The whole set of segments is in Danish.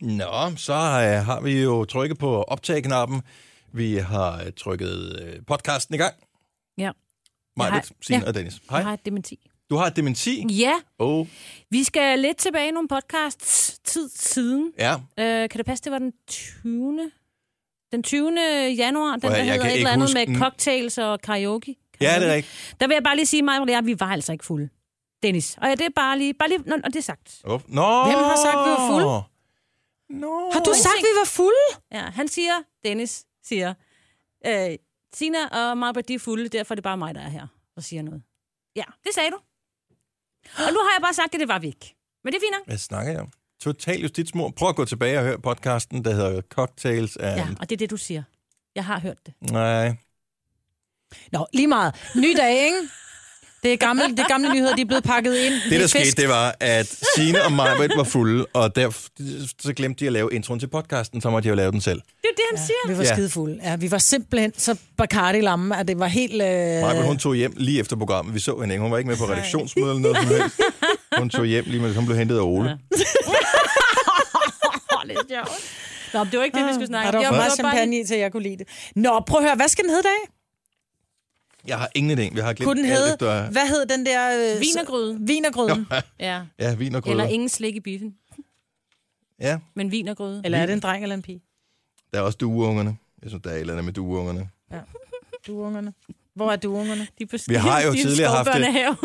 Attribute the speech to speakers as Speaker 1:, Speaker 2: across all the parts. Speaker 1: Nå, så øh, har vi jo trykket på optag-knappen. Vi har øh, trykket øh, podcasten i gang.
Speaker 2: Ja.
Speaker 1: Mig,
Speaker 2: Hej.
Speaker 1: Signe
Speaker 2: Ja.
Speaker 1: og Dennis.
Speaker 2: Jeg
Speaker 1: Hej.
Speaker 2: har et dementi.
Speaker 1: Du har et dementi.
Speaker 3: Mm.
Speaker 2: Ja,
Speaker 1: Oh,
Speaker 2: vi skal lidt tilbage i nogle podcasts tid siden.
Speaker 1: ja.
Speaker 2: Øh, kan det passe, det var den 20. Den 20. januar, den
Speaker 1: Prøv at
Speaker 2: der
Speaker 1: høre, jeg
Speaker 2: hedder
Speaker 1: kan
Speaker 2: et
Speaker 1: ikke
Speaker 2: eller andet
Speaker 1: huske den.
Speaker 2: med cocktails og karaoke.
Speaker 1: Ja,
Speaker 2: Karaoke.
Speaker 1: det er rigtigt.
Speaker 2: Der vil jeg bare lige sige mig, og jeg, vi var altså ikke fulde. Dennis. Og ja, det er bare lige... Bare lige når, når det er sagt.
Speaker 1: Oh. Nå.
Speaker 3: Hvem har sagt, vi var fulde?
Speaker 1: Nå.
Speaker 3: Har du sagt, vi var fulde?
Speaker 2: Ja, han siger, Dennis siger, øh, Tina og Marbert, de er fulde, derfor er det bare mig, der er her og siger noget. Ja, det sagde du. Og nu har jeg bare sagt, at det var vi ikke. Men det er fint nok.
Speaker 1: Hvad snakker jeg om? Total justitsmord. Prøv at gå tilbage og høre podcasten, der hedder Cocktails and...
Speaker 2: Ja, og det er det, du siger. Jeg har hørt det.
Speaker 1: Nej.
Speaker 3: Nå, lige meget. Ny dag, ikke? Det er gamle, det er gamle nyheder, de er blevet pakket ind.
Speaker 1: Det, der
Speaker 3: er fisk.
Speaker 1: skete, det var, at Signe og Marvitt var fulde, og der, så glemte de at lave introen til podcasten, så måtte de jo lave den selv.
Speaker 2: Det er jo det, han ja. siger.
Speaker 3: Vi var
Speaker 1: Ja.
Speaker 3: ja. skidefulde. Ja, vi var simpelthen så Bacardi lamme, at det var helt... Øh...
Speaker 1: Maja, hun tog hjem lige efter programmet. Vi så hende ikke. Hun var ikke med på redaktionsmødet eller noget som helst. Hun tog hjem lige med, hun blev hentet af Ole. Ja.
Speaker 2: Åh, det er sjovt. Nå, men det var ikke det, vi skulle snakke
Speaker 3: Og Ah, der var for
Speaker 2: Jeg
Speaker 3: meget
Speaker 2: var bare
Speaker 3: champagne i, til jeg kunne lide det. Nå, prøv at høre, hvad skal den hedde i dag?
Speaker 1: Jeg har ingen idé. Vi har glemt
Speaker 3: Kunne den
Speaker 1: alt
Speaker 3: hedde...
Speaker 1: efter...
Speaker 3: Hvad hed den der... Øh,
Speaker 2: lige- Vinergryde.
Speaker 3: Vinergryden.
Speaker 2: Ja.
Speaker 1: Ja, vin og krydder.
Speaker 2: Eller ingen slik i biffen,
Speaker 1: Ja,
Speaker 2: men vin og grøde.
Speaker 3: Eller er det en dreng eller en pige?
Speaker 1: der er også dueungerne. Jeg synes, der er et eller andet med dueungerne.
Speaker 3: Duungerne. Hvor er duungerne?
Speaker 2: De på,
Speaker 1: Vi har jo
Speaker 2: de er
Speaker 1: tidligere haft det.
Speaker 2: skovbørnehave.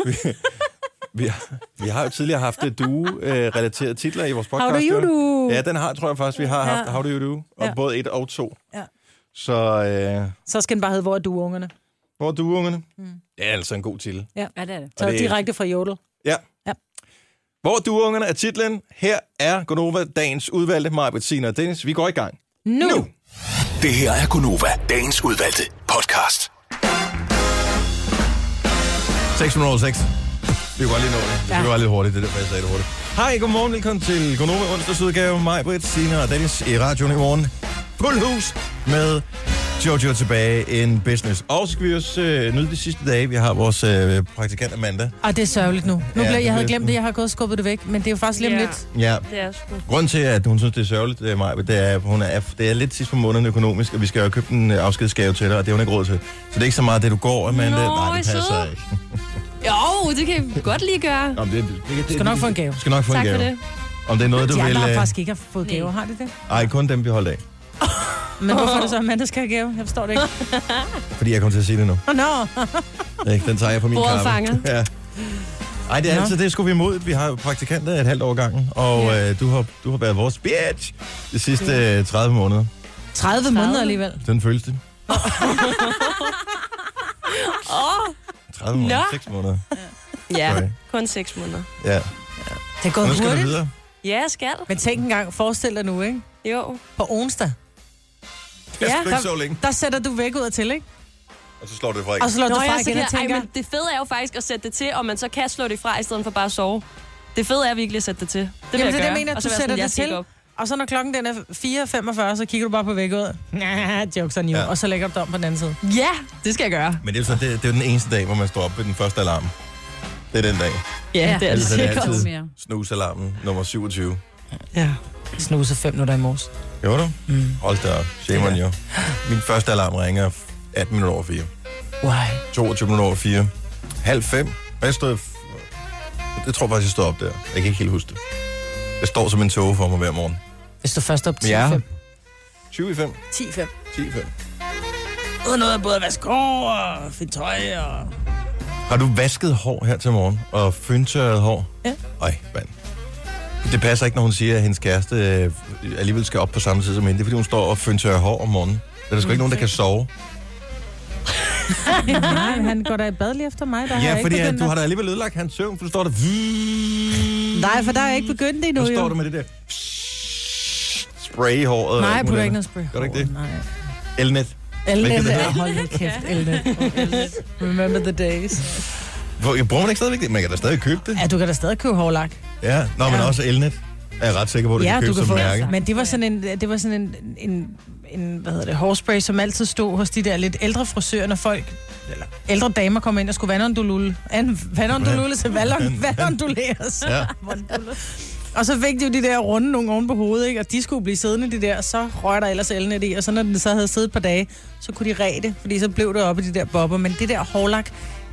Speaker 1: Vi, vi har jo tidligere haft øh, due-relaterede titler i vores podcast.
Speaker 3: How do you
Speaker 1: jo.
Speaker 3: do?
Speaker 1: Ja, den har, tror jeg faktisk, vi har haft.
Speaker 3: Ja.
Speaker 1: How do you do? Og
Speaker 3: Ja.
Speaker 1: både et og to.
Speaker 3: Ja.
Speaker 1: Så øh,
Speaker 3: Så skal den bare hedde, hvor er duungerne?
Speaker 1: hvor er dueungerne?
Speaker 3: Mm.
Speaker 1: Det er altså en god titel.
Speaker 2: Ja, det er det.
Speaker 3: Så
Speaker 1: Og det-
Speaker 3: direkte fra Jodel.
Speaker 1: Ja.
Speaker 3: Ja.
Speaker 1: Hvor dueungerne er titlen. Her er Gonova dagens udvalgte. Maja, Bettina og Dennis, vi går i gang.
Speaker 3: Nu! nu.
Speaker 4: Det her er Gonova, dagens udvalgte podcast.
Speaker 1: 606. Vi kan godt lige nå det. Ja. Det var lidt hurtigt, det der, jeg sagde det hurtigt. Hej, godmorgen. Velkommen til Gonova onsdagsudgave. Mig, Britt, Signe og Dennis i radioen i morgen. Fuld hus med Jojo tilbage in business. Og så skal vi også øh, nyde de sidste dage. Vi har vores øh, praktikant Amanda.
Speaker 3: Ah, det er sørgeligt nu. nu
Speaker 1: Ja,
Speaker 3: ja, blev,
Speaker 1: det
Speaker 3: jeg havde
Speaker 1: bliver
Speaker 3: glemt det, jeg har gået og skubbet det væk, men det er jo faktisk lige om
Speaker 2: Ja.
Speaker 3: lidt.
Speaker 1: Ja.
Speaker 2: Det er sgu.
Speaker 1: Grunden til, at hun synes, det er sørgeligt, det er mig, det er, at hun er, det er lidt sidst på måneden økonomisk, og vi skal jo købe en øh, afskedsgave til dig, og det har hun ikke råd til. Så det er ikke så meget det, du går, men
Speaker 5: Nå,
Speaker 1: det, nej, det
Speaker 5: hvor
Speaker 1: passer
Speaker 5: sød.
Speaker 1: ikke.
Speaker 5: Jo, det kan vi godt lige gøre.
Speaker 1: Nå, men det, det, det, det,
Speaker 3: Skal nok få en gave.
Speaker 1: Skal nok få
Speaker 5: tak
Speaker 1: en gave.
Speaker 5: for det.
Speaker 1: Om det er noget, du
Speaker 3: De
Speaker 1: vil...
Speaker 3: andre har
Speaker 1: øh,
Speaker 3: faktisk ikke har fået gaver, har de det?
Speaker 1: Ej, kun dem, vi holdt af.
Speaker 3: Men hvorfor er det så, at Amanda skal have gave? Jeg forstår det ikke.
Speaker 1: Fordi jeg kommer til at sige det nu.
Speaker 3: Oh, no.
Speaker 1: Ikke? Den tager jeg på min
Speaker 5: Bordet
Speaker 1: kappe.
Speaker 5: fanger.
Speaker 1: ja. Ej, det er
Speaker 3: Nå.
Speaker 1: altid det, skulle vi imod. Vi har jo praktikanter et halvt år gangen, og øh, du, har, du har været vores bitch de sidste øh, 30 måneder.
Speaker 3: 30 måneder alligevel.
Speaker 1: Den føles det. 30 måneder, 6 måneder.
Speaker 5: Ja,
Speaker 1: Sorry.
Speaker 5: kun seks måneder.
Speaker 1: Ja.
Speaker 3: Det er gået
Speaker 1: Nu skal du
Speaker 3: hurtigt.
Speaker 1: videre.
Speaker 5: Ja, jeg skal.
Speaker 3: Men tænk engang, forestil dig nu, ikke?
Speaker 5: Jo.
Speaker 3: På onsdag,
Speaker 1: Jeg
Speaker 5: Ja.
Speaker 1: skal ikke så længe.
Speaker 3: der sætter du væk ud til, ikke?
Speaker 1: Og så slår du det fra
Speaker 3: Og
Speaker 1: ikke.
Speaker 3: så slår du
Speaker 5: Nå,
Speaker 3: fra
Speaker 5: jeg så
Speaker 3: igen
Speaker 5: kan,
Speaker 3: og
Speaker 5: ej,
Speaker 3: tænker,
Speaker 5: men det fede er jo faktisk at sætte det til, og man så kan slå det fra, i stedet for bare at sove. Det fede er virkelig at sætte det til. Det vil
Speaker 3: Jamen,
Speaker 5: jeg
Speaker 3: det er det,
Speaker 5: gøre.
Speaker 3: jeg mener,
Speaker 5: Og så
Speaker 3: du
Speaker 5: være
Speaker 3: sætter
Speaker 5: sådan,
Speaker 3: det
Speaker 5: jeg skal
Speaker 3: til.
Speaker 5: ikke op.
Speaker 3: og så når klokken den er 4.45, så kigger du bare på væk ud. Nah, jokes on you.
Speaker 1: Ja.
Speaker 3: Ja. Og så lægger du dig om på den anden side.
Speaker 5: Ja, det skal jeg gøre.
Speaker 1: Men det er jo så det, det er jo den eneste dag, hvor man står op ved den første alarm. Det er den dag.
Speaker 5: Ja, det er
Speaker 1: Ellers
Speaker 5: altså
Speaker 1: er det
Speaker 5: sikkert.
Speaker 1: altid
Speaker 2: mere.
Speaker 1: snusalarmen nummer 27.
Speaker 3: Ja. Snuse 5 minutter i morges.
Speaker 1: Jo du? Mm. Hold da op. Shame on you. Min første alarm ringer 18 minutter over 4.
Speaker 3: Why?
Speaker 1: 22 minutter over 4. Halv 5. Og jeg stod... Det tror jeg faktisk, jeg stod op der. Jeg kan ikke helt huske det. Jeg står som en tåge for mig hver morgen.
Speaker 3: Hvis du først er op 10.05.
Speaker 1: Ja.
Speaker 3: Ja.
Speaker 1: 20 i 5.
Speaker 3: 10.05.
Speaker 1: 10 i 5.
Speaker 3: Uden noget af både at vaske hår og finde tøj og...
Speaker 1: Har du vasket hår her til morgen? Og fyndtørret hår?
Speaker 3: Ja.
Speaker 1: Ej, mand. Det passer ikke, når hun siger, at hendes kæreste øh, alligevel skal op på samme tid som hende. Det er, fordi hun står og fyndtørrer hår om morgenen. Men Der er sgu ikke nogen, der kan sove.
Speaker 3: Nej, men han går da i bad lige efter mig. Der har jeg
Speaker 1: Ja,
Speaker 3: ikke
Speaker 1: fordi at
Speaker 3: begyndt
Speaker 1: du
Speaker 3: at-
Speaker 1: har da alligevel ødelagt hans søvn, for du står der...
Speaker 3: Nej, for der er jeg ikke begyndt endnu,
Speaker 1: Nu står
Speaker 3: jo.
Speaker 1: du med det der spray i håret.
Speaker 3: Nej, jeg
Speaker 1: alt muligt
Speaker 3: putter ikke noget
Speaker 1: andet.
Speaker 3: spray.
Speaker 1: Gør du ikke det?
Speaker 3: Nej.
Speaker 1: Elnet. Hvad kan
Speaker 3: Elnet
Speaker 1: det
Speaker 3: er...
Speaker 1: hedde?
Speaker 3: Hold nu kæft, Elnet. Remember the days.
Speaker 1: Hvor, jeg bruger man ikke stadigvæk det? Man kan da stadig købe det.
Speaker 3: Ja, du kan da stadig købe hårlak.
Speaker 1: Ja, Nå, men
Speaker 3: Ja.
Speaker 1: også Elnet er jeg ret sikker på, at du
Speaker 3: Ja,
Speaker 1: kan købe
Speaker 3: du kan
Speaker 1: som
Speaker 3: få
Speaker 1: mærke.
Speaker 3: det. altså. Men det var sådan en, det var sådan en, en, en hvad hedder det, hårspray, som altid stod hos de der lidt ældre frisører, når folk eller ældre damer kom ind og skulle vandondulule. An- Vandondulule til valon- vandonduleres.
Speaker 1: Ja.
Speaker 3: Og så væk de jo de der runde nogle oven på hovedet, ikke? og de skulle blive siddende de der, så røg der ellers elnet i, og så når den så havde siddet et par dage, så kunne de ræde det, fordi så blev det oppe i de der bobber. Men det der hårlak,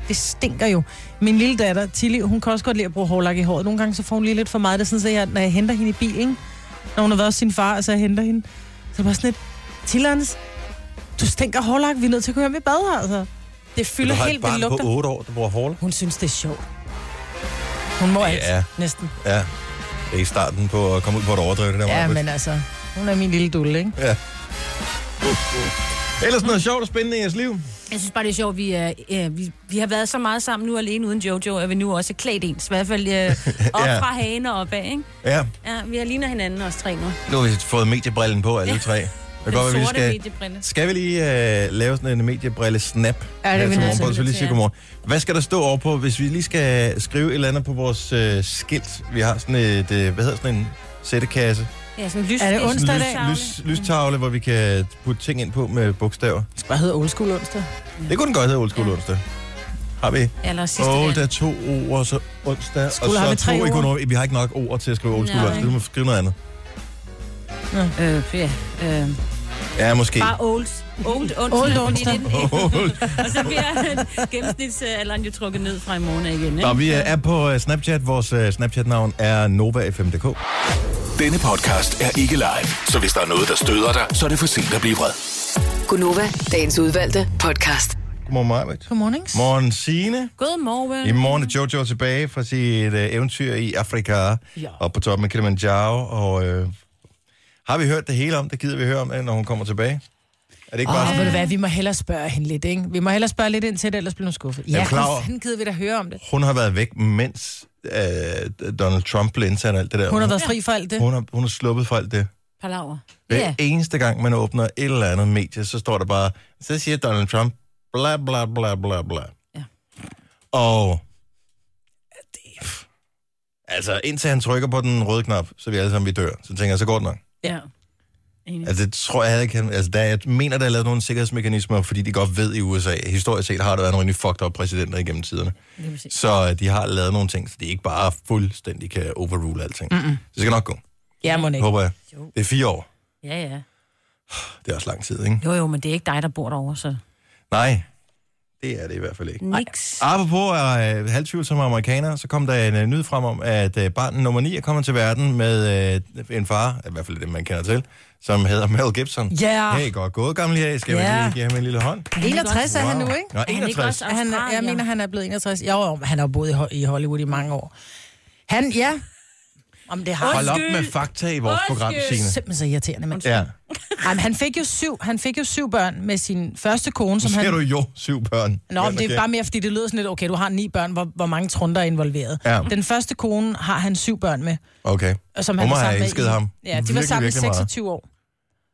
Speaker 3: det stinker jo. Min lille datter, Tilly, hun kan også godt lide at bruge hårlak i håret. Nogle gange så får hun lige lidt for meget. Det er sådan, at jeg, når jeg henter hende i bilen, når hun har været hos sin far, og så jeg henter hende, så er det bare sådan lidt, Tillerens, du stinker hårlak, vi er nødt til at køre hjem i bad, altså. Det
Speaker 1: Du
Speaker 3: fylder
Speaker 1: har et
Speaker 3: helt
Speaker 1: barn
Speaker 3: vildt
Speaker 1: på
Speaker 3: lugter.
Speaker 1: 8 år, der bruger hårlak.
Speaker 3: Hun synes, det er sjovt. Hun må alt,
Speaker 1: Ja.
Speaker 3: næsten.
Speaker 1: Ja. Det er ikke starten på at komme ud på et overdrev, det der Maja.
Speaker 3: Ja, men altså, hun er min lille dulle, ikke?
Speaker 1: Ja. Uh, Ellers noget sjovt og spændende i jeres liv.
Speaker 2: Jeg synes bare, det er sjovt, vi, er, øh, vi, vi har været så meget sammen nu alene uden Jojo, at vi nu også er klædt ens. I hvert fald øh, op
Speaker 1: Ja.
Speaker 2: ja. fra hagen og opad, ikke?
Speaker 1: Ja,
Speaker 2: Ja, vi har ligner hinanden også tre nu.
Speaker 1: nu har vi fået mediebrillen på alle tre. Det kan godt være, vi
Speaker 2: Den
Speaker 1: lige
Speaker 2: sorte
Speaker 1: skal...
Speaker 2: mediebrille.
Speaker 1: Skal vi lige øh, lave sådan en mediebrille-snap?
Speaker 3: Ja, det altså er vi nødt til.
Speaker 1: morgen, så vi lige
Speaker 2: Ja.
Speaker 1: siger godmorgen. Hvad skal der stå over på, hvis vi lige skal skrive et eller andet på vores øh, skilt? Vi har sådan et, øh, hvad hedder sådan en sættekasse?
Speaker 2: Ja, sådan en lys.
Speaker 3: Er det
Speaker 2: lys-
Speaker 3: onsdag i dag?
Speaker 1: Sådan en lys, lys, lystavle, hvor vi kan putte ting ind på med bogstaver.
Speaker 3: Det skal bare hedde Old School onsdag.
Speaker 1: Det kunne den godt hedde Old School
Speaker 2: Ja.
Speaker 1: onsdag. Har vi?
Speaker 2: Eller sidste
Speaker 1: Old
Speaker 2: dag.
Speaker 1: er to ord, så onsdag,
Speaker 3: Skulle
Speaker 1: og så
Speaker 3: have vi tre
Speaker 1: to
Speaker 3: ord?
Speaker 1: økonomer. Vi har ikke nok ord til at skrive Old School
Speaker 2: Nej.
Speaker 1: onsdag. Du må skrive noget andet.
Speaker 2: Øh, ja, øh,
Speaker 1: Ja, måske.
Speaker 2: bare old. Old onsdag.
Speaker 3: Old
Speaker 2: fordi det er den
Speaker 1: Old.
Speaker 2: Og så bliver gennemsnitsalderen jo trukket ned fra i morgen af igen, ikke?
Speaker 1: Nå, vi øh, er på øh, Snapchat. Vores øh, Snapchat-navn er NovaFM.dk.
Speaker 4: Denne podcast er ikke live, så hvis der er noget, der støder dig, så er det for sent at blive vred.
Speaker 6: Gunova, dagens udvalgte podcast.
Speaker 1: Godmorgen, Marvitt.
Speaker 3: Godmorgen, ikke?
Speaker 1: Morgen, Signe.
Speaker 2: Godmorgen.
Speaker 1: I morgen er Jojo tilbage fra sit øh, eventyr i Afrika, ja. og på toppen af Kilimanjaro, og øh, har vi hørt det hele om? Det gider vi høre om, øh, når hun kommer tilbage. Er det ikke bare
Speaker 3: Åh, ved
Speaker 1: sådan,
Speaker 3: du hvad, vi må hellere spørge hende lidt, ikke? Vi må hellere spørge lidt ind til det, ellers bliver hun skuffet. Ja,
Speaker 1: Jeg er klar over-
Speaker 3: for fanden gider vi da høre om det.
Speaker 1: hun har været væk, mens øh, Donald Trump blev indsat og alt det der?
Speaker 3: Hun har været fri for alt det.
Speaker 1: hun, har, hun har sluppet for alt det.
Speaker 2: Palaver.
Speaker 1: Hver
Speaker 2: Ja.
Speaker 1: eneste gang, man åbner et eller andet medie, så står der bare, så siger Donald Trump, bla bla bla bla bla.
Speaker 2: Ja.
Speaker 1: Og... Det, altså, indtil han trykker på den røde knap, så vi alle sammen vi dør. Så tænker jeg, så går det nok.
Speaker 2: Ja. Enig.
Speaker 1: Altså, det tror jeg, jeg kan... Altså, der, jeg mener, der er lavet nogle sikkerhedsmekanismer, fordi de godt ved i USA. Historisk set har der været nogle rimelig fucked up præsidenter igennem tiderne.
Speaker 2: Lige præcis.
Speaker 1: Så øh, de har lavet nogle ting, så de ikke bare fuldstændig kan overrule alting. Mm-mm. Så det skal nok gå,
Speaker 3: Ja, må ikke.
Speaker 1: håber jeg. Det er fire år.
Speaker 2: Ja, ja.
Speaker 1: Det er også lang tid, ikke?
Speaker 2: Jo, jo, men det er ikke dig, der bor derovre, så...
Speaker 1: Nej, det er det i hvert fald ikke.
Speaker 2: Niks.
Speaker 1: Apropos øh, halvtvivlsomme amerikanere, så kom der en øh, nyhed frem om, at øh, barn nummer 9 er kommet til verden med øh, en far, i hvert fald det, man kender til, som hedder Mel Gibson.
Speaker 3: Ja.
Speaker 1: Hey, godt gået, gammel her. Skal vi
Speaker 3: Ja.
Speaker 1: lige give ham en lille hånd?
Speaker 3: 61 er han nu, ikke?
Speaker 1: Nå,
Speaker 2: Er han ikke
Speaker 1: 61.
Speaker 2: også
Speaker 3: Er Han,
Speaker 2: Australier?
Speaker 3: jeg mener, han er blevet 61. Jo, jo, han har jo boet i Ho- i Hollywood i mange år. Han, ja. Om det har
Speaker 1: Hold op
Speaker 2: Undskyld.
Speaker 1: med fakta i vores
Speaker 2: Undskyld.
Speaker 1: program, Signe.
Speaker 3: simpelthen så irriterende, men
Speaker 1: Ja.
Speaker 3: Ej, men han fik jo syv, han fik jo syv børn med sin første kone,
Speaker 1: Nu
Speaker 3: som
Speaker 1: ser
Speaker 3: han...
Speaker 1: du jo syv børn.
Speaker 3: Nå, men det
Speaker 1: Okay.
Speaker 3: er bare mere, fordi det lyder sådan lidt, okay, du har ni børn, hvor, hvor mange trunder er involveret.
Speaker 1: Ja.
Speaker 3: Den første kone har han syv børn med.
Speaker 1: Okay.
Speaker 3: Og som
Speaker 1: Hun
Speaker 3: han
Speaker 1: må
Speaker 3: var
Speaker 1: have
Speaker 3: sammen med
Speaker 1: elsket
Speaker 3: i-
Speaker 1: ham.
Speaker 3: Ja, de var
Speaker 1: Virkelig,
Speaker 3: sammen i
Speaker 1: virkelig meget.
Speaker 3: 26 år.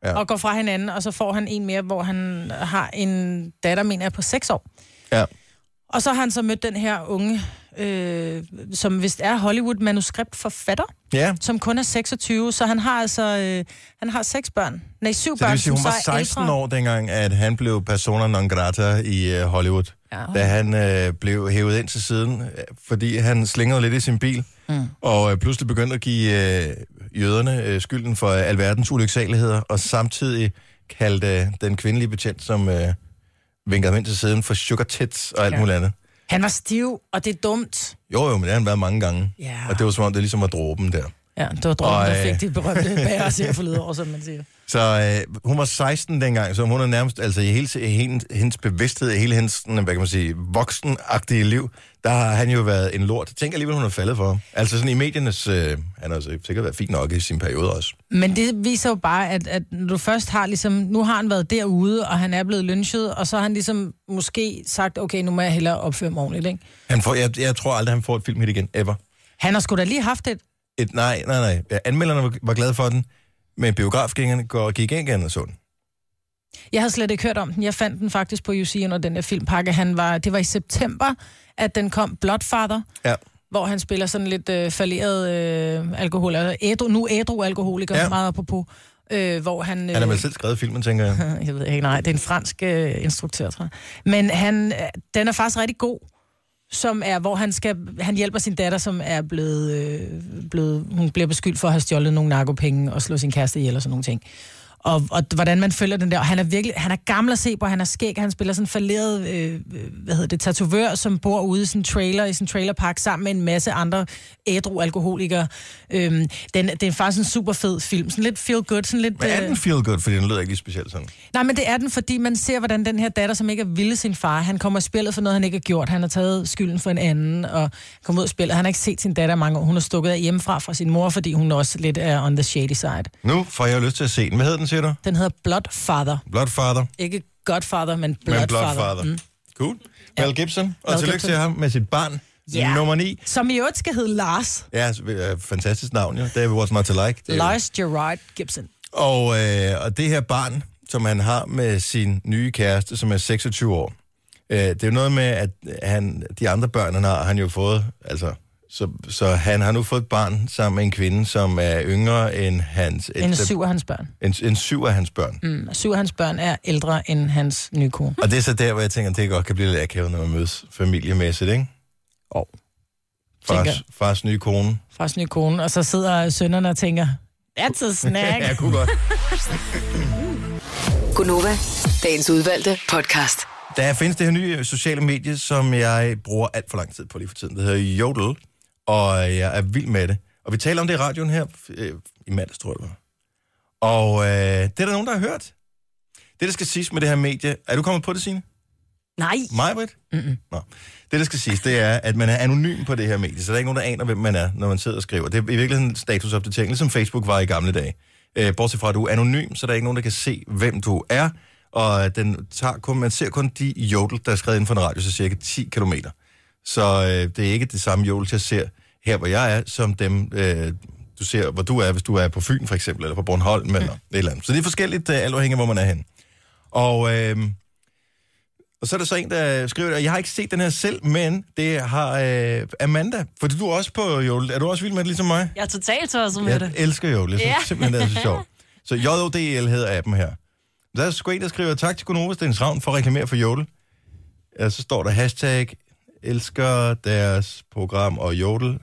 Speaker 1: Ja.
Speaker 3: Ja. Og går fra hinanden, og så får han en mere, hvor han har en datter, mener jeg, på 6 år.
Speaker 1: Ja.
Speaker 3: Og så har han så mødt den her unge, øh, som vist er Hollywood-manuskriptforfatter,
Speaker 1: Ja,
Speaker 3: som kun er 26, så han har altså øh, han har seks børn. Nej, syv
Speaker 1: så det
Speaker 3: børn,
Speaker 1: vil sige,
Speaker 3: som
Speaker 1: hun
Speaker 3: så
Speaker 1: var
Speaker 3: er
Speaker 1: 16
Speaker 3: ældre.
Speaker 1: år dengang, at han blev persona non grata i øh, Hollywood.
Speaker 3: Ja.
Speaker 1: da han øh, blev hævet ind til siden, øh, fordi han slingrede lidt i sin bil, mm. og øh, pludselig begyndte at give øh, jøderne øh, skylden for øh, alverdens ulyksaligheder, og samtidig kaldte øh, den kvindelige betjent, som øh, vinkede ham ind til siden, for sugar tits og alt ja.
Speaker 3: Ja.
Speaker 1: muligt andet.
Speaker 3: Han var stiv, og det er dumt.
Speaker 1: Jo, jo, men det har han været mange gange.
Speaker 3: Ja.
Speaker 1: Og det var som om, det ligesom var dråben der.
Speaker 3: Ja, det var drømmen,
Speaker 1: Og,
Speaker 3: der
Speaker 1: øh,
Speaker 3: fik de berømte bager til at forlede over, som man siger.
Speaker 1: Så øh, hun var 16 dengang, så hun er nærmest, altså i hele i hendes, hendes bevidsthed, i hele hendes, sådan, hvad kan man sige, voksenagtige liv, der har han jo været en lort. Tænk alligevel, hun er faldet for ham. Altså sådan i mediernes, øh, han har altså sikkert været fint nok i sin periode også.
Speaker 3: Men det viser jo bare, at, at når du først har ligesom, nu har han været derude, og han er blevet lynchet, og så har han ligesom måske sagt, okay, nu må jeg hellere opføre mig ordentligt, ikke?
Speaker 1: Han får, jeg, jeg tror aldrig, han får et filmhit igen, ever.
Speaker 3: Han har sgu da lige haft et,
Speaker 1: Et, nej, nej, nej. Ja, Anmelderne var, var glade for den, men biografgængerne går, gik ikke andet sådan.
Speaker 3: Jeg havde slet ikke hørt om den. Jeg fandt den faktisk på UC under den der filmpakke. Han var, det var i september, at den kom Bloodfather,
Speaker 1: Ja.
Speaker 3: hvor han spiller sådan lidt øh, falderet øh, alkohol. Eller ædru, nu ædru alkoholiker,
Speaker 1: Ja.
Speaker 3: ja. meget apropos. Øh, hvor han... Øh,
Speaker 1: Han har vel selv skrevet filmen, tænker jeg.
Speaker 3: jeg ved ikke, nej, det er en fransk øh, instruktør, tror jeg. Men han, øh, den er faktisk rigtig god. som er, hvor han, skal, han hjælper sin datter, som er blevet, øh, blevet, hun bliver beskyldt for at have stjålet nogle narkopenge og slå sin kæreste ihjel og sådan nogle ting. Og, og hvordan man følger den der. Og han er virkelig, han er gammel at se på, han er skæg, han spiller sådan en falderet, øh, hvad hedder det, tatovør, som bor ude i sådan en trailer, i sådan en trailerpark, sammen med en masse andre ædru alkoholikere. Øhm, den, det er faktisk en super fed film. Sådan lidt feel good, sådan lidt...
Speaker 1: Men er
Speaker 3: øh,
Speaker 1: den feel good? Fordi den lyder ikke lige specielt sådan.
Speaker 3: Nej, men det er den, fordi man ser, hvordan den her datter, som ikke er vilde sin far, han kommer i spillet for noget, han ikke har gjort. Han har taget skylden for en anden og kommer ud af spillet. Han har ikke set sin datter i mange år. Hun er stukket af hjemmefra fra sin mor, fordi hun også lidt er on the shady side.
Speaker 1: Nu får jeg lyst til at se den. Hvad hed den, siger du?
Speaker 3: Den hedder Bloodfather.
Speaker 1: Bloodfather.
Speaker 3: Ikke Godfather, men Bloodfather.
Speaker 1: Men Bloodfather. Mm. Cool. Mel Gibson. Og
Speaker 3: Mel
Speaker 1: tillykke
Speaker 3: Gibson.
Speaker 1: til ham med sit barn.
Speaker 3: Ja.
Speaker 1: Nummer 9.
Speaker 3: Som i øvrigt skal hedde Lars.
Speaker 1: Ja, så, øh, fantastisk navn, jo. David was not to like. Det er-
Speaker 3: Lars Gerard Gibson.
Speaker 1: Og, øh, og det her barn, som han har med sin nye kæreste, som er 26 år, øh, det er jo noget med, at han, de andre børn, han har, har han jo fået, altså, så, så han har nu fået et barn sammen med en kvinde, som er yngre end hans...
Speaker 3: En syv af hans børn.
Speaker 1: en, en syv af hans børn. Mm.
Speaker 3: Mm, Syv af hans børn er ældre end hans nye kone.
Speaker 1: Og det er så der, hvor jeg tænker, at det godt kan blive lidt akavet, når man mødes familiemæssigt, ikke?
Speaker 3: Og tænker
Speaker 1: Fars, fars nye kone.
Speaker 3: fra hans nye kone. Og så sidder sønnerne og tænker, that's a snack.
Speaker 1: Ja, jeg kunne godt.
Speaker 6: Gunova, dagens udvalgte podcast.
Speaker 1: Der findes det her nye sociale medie, som jeg bruger alt for lang tid på lige for tiden. Det hedder Jodel, og jeg er vild med det. Og vi taler om det i radioen her øh, i mandags, tror jeg. det var. Og øh, det er der nogen, der har hørt. Det, der skal siges med det her medie... Er du kommet på det, Signe?
Speaker 2: Nej.
Speaker 1: Majbrit? Nå. Det, der skal siges, det er, at man er anonym på det her medie, så der er ikke nogen, der aner, hvem man er, når man sidder og skriver. Det er i virkeligheden en statusopdatering, ligesom Facebook var i gamle dage. Øh, bortset fra, at du er anonym, så der er ikke nogen, der kan se, hvem du er, og den tager kun, man ser kun de jodel, der er skrevet inden for en radius af cirka 10 km. Så øh, det er ikke det samme jodel, jeg ser her, hvor jeg er, som dem, øh, du ser, hvor du er, hvis du er på Fyn for eksempel, eller på Bornholm, eller et eller andet. Så det er forskelligt, øh, alt afhængig af, hvor man er henne. Og... Øh, og så er der så en, der skriver det, og jeg har ikke set den her selv, men det har øh, Amanda. For du er også på Jodel. Er du også vild med det, ligesom mig?
Speaker 5: Jeg er totalt tosset med
Speaker 1: Jeg
Speaker 5: det.
Speaker 1: elsker Jodel. Jeg synes
Speaker 5: Ja.
Speaker 1: simpelthen, det er så sjovt. Så JODL hedder appen her. Der er sgu en, der skriver, tak til Gunnova Stens Ravn for at reklamere for Jodel. Ja, så står der hashtag elsker deres program og Jodel.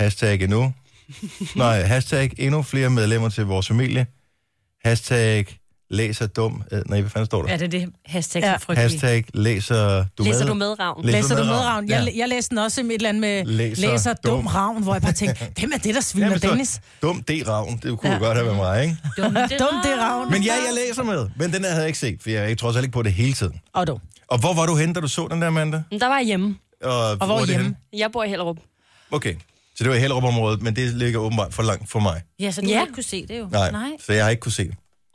Speaker 1: Hashtag endnu. Nej, hashtag endnu flere medlemmer til vores familie. Hashtag læser dum. Øh, Nej, hvad fanden står der?
Speaker 2: Ja, det er det hashtag,
Speaker 3: Ja.
Speaker 2: ja. frygteligt.
Speaker 1: Hashtag læser du
Speaker 5: Læser
Speaker 1: med?
Speaker 5: du med, Ravn?
Speaker 3: Læser du med,
Speaker 1: Ravn?
Speaker 3: Ravn? Jeg, jeg læste den også med et eller andet med
Speaker 1: Læser
Speaker 3: læser, læser dum,
Speaker 1: dum.
Speaker 3: dum Ravn, hvor jeg bare tænkte, hvem er det, der sviner
Speaker 1: Jamen, så-
Speaker 3: Dennis?
Speaker 1: Dum D. Ravn, det kunne ja. godt have været mig, ikke?
Speaker 2: Dum,
Speaker 3: Dum, det er Ravn.
Speaker 1: Men ja, jeg læser med, men den der havde jeg ikke set, for jeg er ikke- trods alt ikke på det hele tiden.
Speaker 3: Og dum.
Speaker 1: Og hvor var du henne, da du så den der, Amanda?
Speaker 5: Men Der var jeg hjemme.
Speaker 1: Og, og
Speaker 3: hvor hjemme?
Speaker 5: Jeg bor i Hellerup.
Speaker 1: Okay, så det var i Hellerup-området, men det ligger åbenbart for langt for mig.
Speaker 2: Ja, så du
Speaker 5: Ja.
Speaker 2: ja. ikke kunne se det jo.
Speaker 1: Nej,
Speaker 2: Nej.
Speaker 1: så jeg har ikke kunne se det.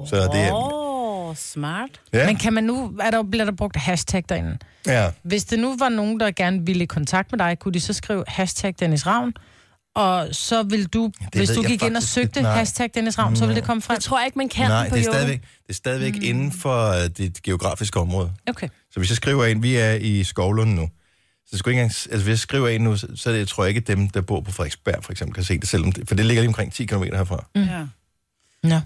Speaker 1: Så det er...
Speaker 2: Åh, oh, smart.
Speaker 1: Ja,
Speaker 3: Men kan man nu, er der, bliver der brugt hashtag derinde?
Speaker 1: ja.
Speaker 3: Hvis det nu var nogen, der gerne ville i kontakt med dig, kunne de så skrive hashtag Dennis Ravn? Og så vil du, ja, hvis
Speaker 1: ved
Speaker 3: du
Speaker 1: jeg
Speaker 3: gik ind og
Speaker 1: faktisk
Speaker 3: søgte
Speaker 1: ikke. Nej.
Speaker 3: hashtag Dennis Ravn, så vil det komme frem?
Speaker 5: Jeg tror ikke, man kan
Speaker 1: Nej,
Speaker 5: på
Speaker 1: det er
Speaker 5: jorden.
Speaker 1: stadigvæk, det er stadigvæk mm. inden for øh, dit geografiske område.
Speaker 3: Okay.
Speaker 1: Så hvis jeg skriver ind, vi er i Skovlund nu, så skulle ikke engang, altså hvis jeg skriver ind nu, så, så er det, jeg tror ikke, dem, der bor på Frederiksberg, for eksempel, kan se det, selvom det, for det ligger lige omkring 10 km herfra. Mm.
Speaker 2: Ja.
Speaker 3: Nå.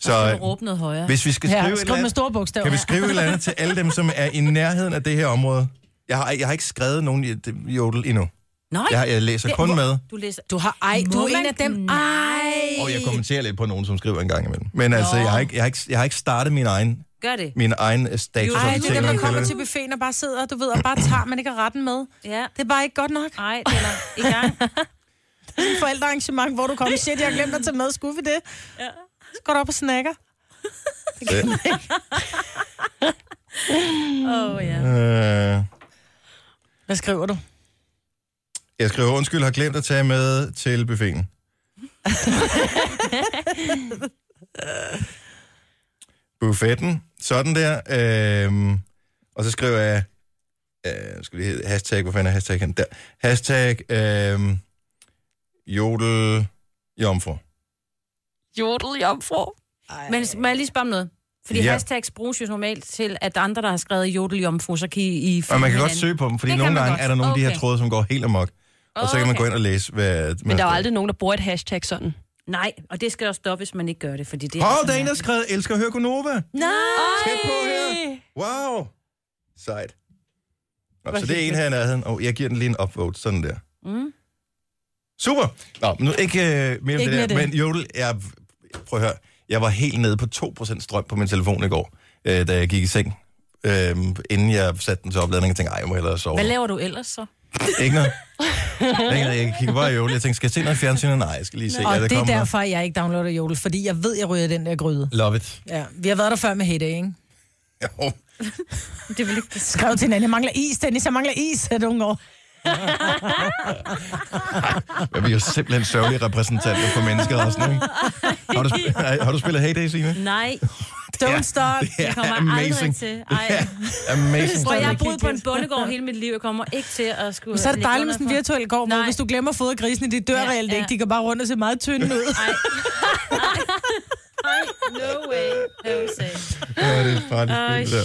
Speaker 1: Så
Speaker 2: Så
Speaker 1: øh,
Speaker 2: du råbe noget højere.
Speaker 1: hvis vi skal skrive,
Speaker 3: Ja,
Speaker 1: et eller
Speaker 3: skriv med
Speaker 1: andet,
Speaker 3: store bogstaver.
Speaker 1: kan vi skrive et eller andet til alle dem, som er i nærheden af det her område? Jeg har, jeg har ikke skrevet nogen i- det- jodel endnu.
Speaker 2: Nej,
Speaker 1: Jeg, har- jeg læser
Speaker 2: Det-
Speaker 1: kun
Speaker 2: hvor-
Speaker 1: med,
Speaker 2: du læser...
Speaker 3: Du har ej, du
Speaker 2: Må
Speaker 3: er en
Speaker 2: man?
Speaker 3: af dem.
Speaker 2: Nej.
Speaker 1: og jeg kommenterer lidt på nogen, som skriver en gang imellem. Men altså, jeg har ikke, jeg har ikke, jeg har ikke startet min egen,
Speaker 2: Gør det.
Speaker 1: min egen status.
Speaker 2: Ej,
Speaker 3: Ej,
Speaker 1: som
Speaker 3: det er
Speaker 1: ting,
Speaker 3: dem, der
Speaker 1: man
Speaker 3: kommer
Speaker 1: kalder
Speaker 3: til buffeten og bare sidder, du ved, og bare tager, man ikke har retten med.
Speaker 2: Ja.
Speaker 3: Det er bare ikke godt nok.
Speaker 2: Nej, den er i gang.
Speaker 3: forældrearrangement, hvor du kommer, shit, jeg har glemt at tage med, skulle vi det? Ja. Så går du op og snakker.
Speaker 2: Åh, oh, ja.
Speaker 1: det. Øh,
Speaker 3: Hvad skriver du?
Speaker 1: Jeg skriver, undskyld, har glemt at tage med til buffeten. Buffetten. Sådan der. Øhm, og så skriver jeg... Øh, skal lige hedde, hashtag, hvor fanden er hashtag hen? Der. Hashtag øhm, jodel jomfru.
Speaker 5: Jodel, jomfru.
Speaker 2: Men s- må jeg lige spørge om noget? Fordi
Speaker 1: Ja.
Speaker 2: ja. hashtags bruges jo normalt til, at der er andre, der har skrevet jodeljomfru, så kan I... I
Speaker 1: Og
Speaker 2: finde
Speaker 1: man kan godt
Speaker 2: hinanden.
Speaker 1: søge på dem, fordi
Speaker 2: Det kan
Speaker 1: nogle
Speaker 2: man
Speaker 1: gange
Speaker 2: godt.
Speaker 1: er der nogle af de her
Speaker 2: Okay.
Speaker 1: tråde, som går helt amok. Og så kan man
Speaker 2: Okay.
Speaker 1: gå ind og læse, hvad... man
Speaker 5: Men der
Speaker 1: har
Speaker 5: er jo
Speaker 1: skrevet.
Speaker 5: aldrig nogen, der bruger et hashtag sådan.
Speaker 2: Nej, og det skal jo stoppes, hvis man ikke gør det, fordi det
Speaker 1: Hov,
Speaker 2: er...
Speaker 1: der er en, der har skrevet, elsker at høre Gunova.
Speaker 2: Nej!
Speaker 1: Tæt på her. Wow. Sejt. Nå, så det er en her i nærheden, og jeg giver den lige en upvote, sådan der. Super. Nå, men nu ikke øh, mere om
Speaker 5: Ikke
Speaker 1: det der.
Speaker 5: mere det.
Speaker 1: Men Jodel, jeg, prøv at høre. Jeg var helt nede på 2% strøm på min telefon i går, øh, da jeg gik i seng. Øh, inden jeg satte den til opladning, jeg tænkte, ej, jeg må hellere sove.
Speaker 2: Hvad laver du ellers så?
Speaker 1: Ikke noget. Ikke noget. Jeg kigger bare i Jodel. Jeg tænkte, skal jeg se noget fjernsyn? Nej, jeg skal lige se,
Speaker 3: Og
Speaker 1: hvad der
Speaker 3: det er
Speaker 1: kommer.
Speaker 3: derfor, jeg ikke downloader Jodel, fordi jeg ved, jeg ryger i den der gryde.
Speaker 1: Love it.
Speaker 3: Ja, vi har været der før med Hedda, ikke?
Speaker 1: Jo.
Speaker 2: Det er vel ikke det samme.
Speaker 3: Skrev til hinanden, jeg mangler is, Dennis, jeg mangler is, et unge år.
Speaker 1: Jeg bliver jo simpelthen sørgelige repræsentanter for menneskeresten, ikke? Har du, sp- Ej, har du spillet Hey Day, Signe?
Speaker 2: Nej,
Speaker 3: Don't stop.
Speaker 2: jeg kommer aldrig til. Ej.
Speaker 1: Amazing.
Speaker 2: Hvor jeg har boet på en bondegård hele mit liv. Jeg kommer ikke til at skulle...
Speaker 3: Så er det
Speaker 2: ligge
Speaker 3: dejligt med sådan en
Speaker 2: under for-
Speaker 3: virtuel gård, hvor
Speaker 2: Nej.
Speaker 3: hvis du glemmer at fodre grisene, de dør
Speaker 2: Ja,
Speaker 3: ja, reelt ikke.
Speaker 2: ja.
Speaker 3: De går bare rundt og ser meget tynde ud.
Speaker 2: Ej. Ej, no way. No way.
Speaker 1: Ja, det er et
Speaker 2: Ej,
Speaker 1: gratis spil,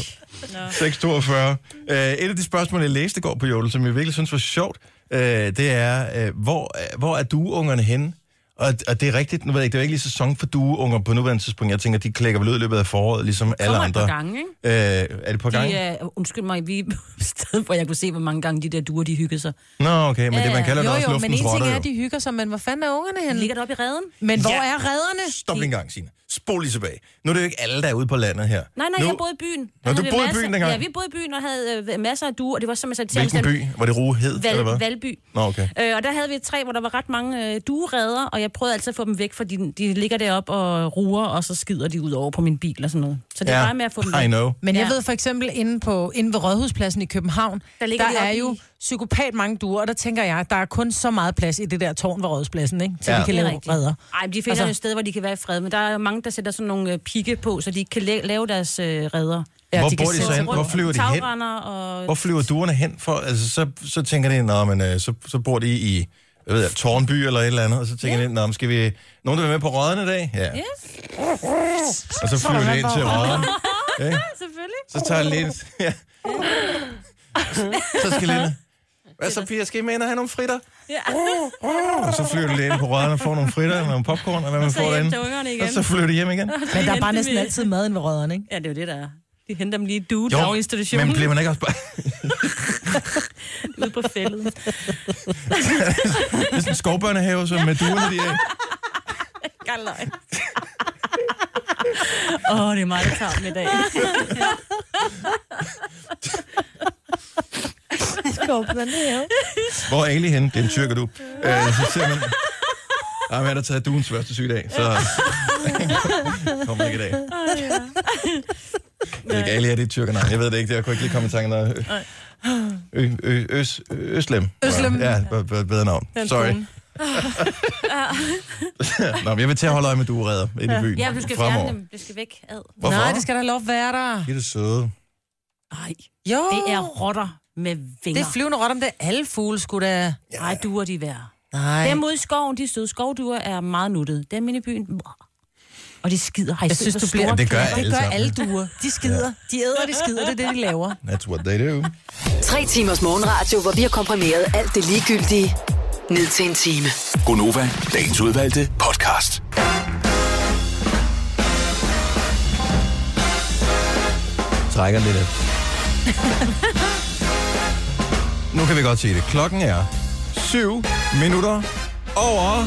Speaker 1: der. 642. Uh, et af de spørgsmål, jeg læste i går på Jodel, som jeg virkelig synes var sjovt, uh, det er, uh, hvor, uh, hvor er dueungerne henne? Og, og det er rigtigt, nu ved jeg ikke, det er jo ikke lige sæson for dueunger på nuværende tidspunkt. Jeg tænker, de klækker vel ud i løbet af foråret, ligesom alle
Speaker 2: Kommer et
Speaker 1: andre.
Speaker 2: par gange, ikke?
Speaker 1: Uh, er det på gang?
Speaker 2: De, øh, undskyld mig, vi er et sted, hvor jeg kunne se, hvor mange gange de der duer, de hyggede sig.
Speaker 1: Nå, okay, men det,
Speaker 2: øh,
Speaker 1: man kalder det også luftens rotter, jo.
Speaker 3: hygger sig, men hvor fanden er ungerne
Speaker 2: De
Speaker 3: henne?
Speaker 2: ligger deroppe i redden.
Speaker 3: Men hvor er redderne?
Speaker 1: Stop lige en gang, Signe. Spol lige tilbage. Nu er det jo ikke alle, der er ude på landet her.
Speaker 2: Nej, nej,
Speaker 1: nu,
Speaker 2: nu... jeg boede i byen. Der
Speaker 1: du
Speaker 2: havde vi
Speaker 1: boede i
Speaker 2: masser-
Speaker 1: byen dengang?
Speaker 2: Ja, vi boede i byen og havde øh, masser af duer, og det var simpelthen så
Speaker 1: Hvilken
Speaker 2: irriterende.
Speaker 1: by? Var det Rohed, Val, eller hvad?
Speaker 2: Val, Valby.
Speaker 1: Nå, okay.
Speaker 2: Øh, og der havde vi et træ, hvor der var ret mange øh, dueræder, og jeg prøvede altid at få dem væk, fordi de, de ligger deroppe og ruer, og så skider de ud over på min bil og sådan noget. Så det er bare med at få dem
Speaker 1: I
Speaker 2: væk.
Speaker 1: know.
Speaker 3: Men jeg
Speaker 2: Ja.
Speaker 3: ved for eksempel, inde, på, inde ved Rådhuspladsen i København,
Speaker 2: Der
Speaker 3: der,
Speaker 2: ligger
Speaker 3: der
Speaker 2: de
Speaker 3: er
Speaker 2: oppe
Speaker 3: jo
Speaker 2: i-
Speaker 3: psykopat mange duer, og der tænker jeg, der er kun så meget plads i det der tårn ved Rådhuspladsen, ikke? Så
Speaker 1: Ja.
Speaker 3: ja. de kan
Speaker 2: Det er
Speaker 3: lave
Speaker 2: rigtigt.
Speaker 3: redder.
Speaker 2: Ej, men de finder
Speaker 3: Altså-
Speaker 2: altså... et sted, hvor de kan være i fred, men der er jo mange, der sætter sådan nogle øh, pigge på, så de ikke kan la- lave deres øh, redder.
Speaker 3: Ja,
Speaker 1: Hvor
Speaker 3: de kan
Speaker 1: bor de
Speaker 3: sidde
Speaker 1: så hen?
Speaker 3: rundt
Speaker 1: Hvor flyver de hen?
Speaker 2: Tagrender og...
Speaker 1: Hvor flyver duerne hen for? Altså, så, så tænker de, nå, men, øh, så, så bor de i jeg ved, jeg, Tårnby eller et eller andet, og så tænker yeah. de, nå, men skal vi... Nogen, der vil med på rødderne i dag? Ja. Yeah. Og så flyver de ind til rødderne. Okay?
Speaker 2: Selvfølgelig.
Speaker 1: Så tager de lidt... Ja. Så skal Lene... Hvad så, Pia? Skal I med ind og have nogle fritter?
Speaker 2: Ja.
Speaker 1: Og så flyver de lidt ind på rødderne og får nogle fritter og nogle popcorn, og hvad man
Speaker 2: så
Speaker 1: får
Speaker 2: hjem
Speaker 1: derinde.
Speaker 2: til ungerne igen.
Speaker 1: Og så flyver de hjem igen.
Speaker 3: Men der er bare næsten
Speaker 2: Hente dem i-
Speaker 3: altid mad inde ved rødderne, ikke?
Speaker 2: Ja, det er jo det, der er. De henter dem lige i due daginstitutionen
Speaker 1: men bliver man ikke også bare...
Speaker 2: ude på fældet.
Speaker 1: Det er sådan en skovbørnehave, som med duerne, de er... i.
Speaker 2: Galøj. Åh, oh, det er meget travlt i dag.
Speaker 3: Skåb den her.
Speaker 1: Hvor er Ali henne? Det er en tyrker, du. Øh, så ser man... Ej, men han har taget duens første sygedag, så... Kom ikke i dag. Jeg ved ikke, Ali er det et tyrkernavn. Jeg ved det ikke, det jeg kunne ikke lige komme i tanken om. øh, Ø- ø- øs- Øslem.
Speaker 3: Øslem.
Speaker 1: Ja, b- b- bedre navn. Sorry. Nå, men jeg vil til at holde øje med dueræder inde i byen.
Speaker 2: Ja, du skal
Speaker 1: fremover.
Speaker 2: fjerne dem. Det skal væk ad.
Speaker 1: Hvorfor?
Speaker 3: Nej, det skal der lov være der.
Speaker 1: Det er det søde.
Speaker 2: Ej,
Speaker 3: Jo,
Speaker 2: det er rotter med
Speaker 3: det
Speaker 2: vinger.
Speaker 3: er flyvende rotter, om det er alle fugle, skulle da...
Speaker 2: Nej, duer de er værre.
Speaker 3: Nej.
Speaker 2: Dem ude i skoven, de søde skovduer, er meget nuttede. Dem inde i byen, og de skider. Har I
Speaker 3: Jeg
Speaker 2: set,
Speaker 3: synes,
Speaker 2: hvor
Speaker 3: du bliver...
Speaker 2: store
Speaker 1: det gør
Speaker 2: klapper?
Speaker 1: alle
Speaker 3: det gør
Speaker 1: sammen.
Speaker 3: alle duer. De skider. De æder, de skider. Det er det, de laver.
Speaker 1: That's what they do.
Speaker 6: Tre timers morgenradio, hvor vi har komprimeret alt det ligegyldige ned til en time.
Speaker 4: Gonova, dagens udvalgte podcast.
Speaker 1: trækker lidt af. nu kan vi godt se det. Klokken er 7 minutter over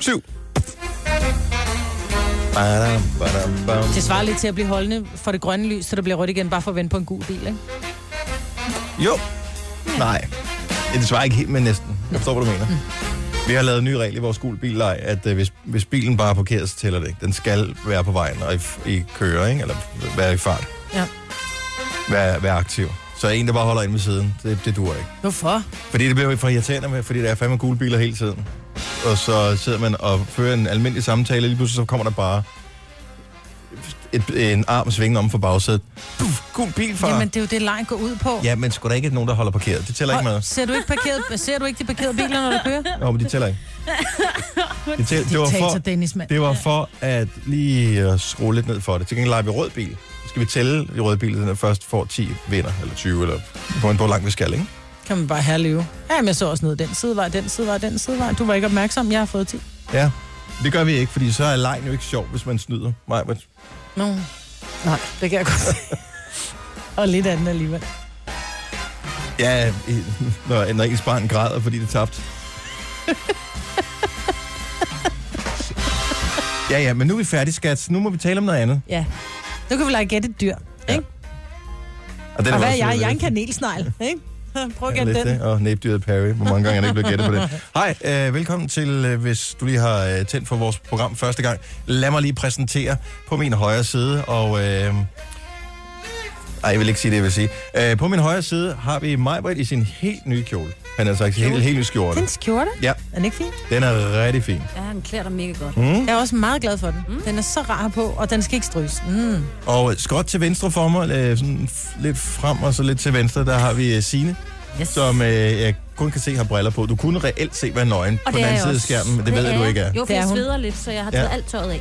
Speaker 1: 7. Badam, badam, bam.
Speaker 3: Det svarer lidt til at blive holdende for det grønne lys, så der bliver rødt igen, bare for at vende på en gul bil, ikke?
Speaker 1: Jo. Nej. Det svarer ikke helt, men næsten. Jeg forstår, hvad du mener. Vi har lavet en ny regel i vores gule billej, at øh, hvis, hvis bilen bare er parkeret, så tæller det ikke. Den skal være på vejen og i, i køre, ikke? eller være i fart.
Speaker 3: Ja.
Speaker 1: Være, være aktiv. Så en, der bare holder ind ved siden, det, det dur ikke.
Speaker 3: Hvorfor?
Speaker 1: Fordi det bliver jo for irriterende, med, fordi der er fandme gule biler hele tiden. Og så sidder man og fører en almindelig samtale, og lige pludselig så kommer der bare et, en arm svingende om for bagsædet. Puff, gul bil, far.
Speaker 3: Jamen, det er jo det, lejen går ud på.
Speaker 1: Ja, men sgu da ikke nogen, der holder parkeret. Det tæller ikke med.
Speaker 3: Og ser, du ikke parkeret, ser du ikke de parkerede biler, når du kører?
Speaker 1: Nå, men de tæller ikke. De tæller, det, var
Speaker 3: Diktator
Speaker 1: for,
Speaker 3: Dennis, mand.
Speaker 1: det var for at lige øh, skrue lidt ned for det. Til gengæld leger vi rød bil. Så skal vi tælle i rød bil, den der først får 10 vinder, eller 20, eller kommer ind på, hvor langt vi skal, ikke?
Speaker 3: Kan man bare herleve. Ja, men jeg så også noget. Den sidevej, den sidevej, den sidevej. Du var ikke opmærksom. Jeg har fået 10.
Speaker 1: Ja, det gør vi ikke, fordi så er lejen jo ikke sjov, hvis man snyder. Nej, men
Speaker 3: Nå. Nej, det kan jeg godt se. Og lidt andet alligevel.
Speaker 1: Ja, i- når, når ens barn græder, fordi det er tabt. ja, ja, men nu er vi færdige, skat. Nu må vi tale om noget andet.
Speaker 3: Ja. Nu kan vi lege gætte et dyr, ikke?
Speaker 1: Og, den
Speaker 3: Og hvad er
Speaker 1: også
Speaker 3: jeg?
Speaker 1: lidt-
Speaker 3: Jeg er en kanelsnegl, ikke? Prøv at
Speaker 1: Ja,
Speaker 3: gætte
Speaker 1: lidt
Speaker 3: den.
Speaker 1: det. Og næbdyret Perry. Hvor mange gange er det ikke blevet gættet på det? Hej, øh, velkommen til, øh, hvis du lige har øh, tændt for vores program første gang. Lad mig lige præsentere på min højre side, og... Øh, ej, jeg vil ikke sige det, jeg vil sige. Øh, på min højre side har vi Majbrit i sin helt nye kjole. Han har sagt helt, helt ny skjorte.
Speaker 3: Den skjorte,
Speaker 1: Ja,
Speaker 3: er den ikke fin?
Speaker 1: den er rigtig fin.
Speaker 2: Ja, han klæder dig mega
Speaker 1: Mm.
Speaker 2: godt.
Speaker 3: Jeg er også meget glad for den. Den er så rar at have på, og den skal ikke stryges. Mm.
Speaker 1: Og skråt til venstre for mig, øh, sådan f- lidt frem og så lidt til venstre, der har vi øh, Signe,
Speaker 2: Yes.
Speaker 1: som øh, jeg kun kan se har briller på. Du kunne reelt se, hvad nøgen
Speaker 2: Og
Speaker 1: på den
Speaker 2: det er
Speaker 1: anden
Speaker 2: jeg
Speaker 1: side af
Speaker 2: også.
Speaker 1: skærmen, men det, ved jeg, du ikke er.
Speaker 2: Jo, for
Speaker 3: Det er
Speaker 2: jeg
Speaker 3: hun.
Speaker 2: sveder lidt, så jeg har
Speaker 1: Ja.
Speaker 2: taget alt tøjet af.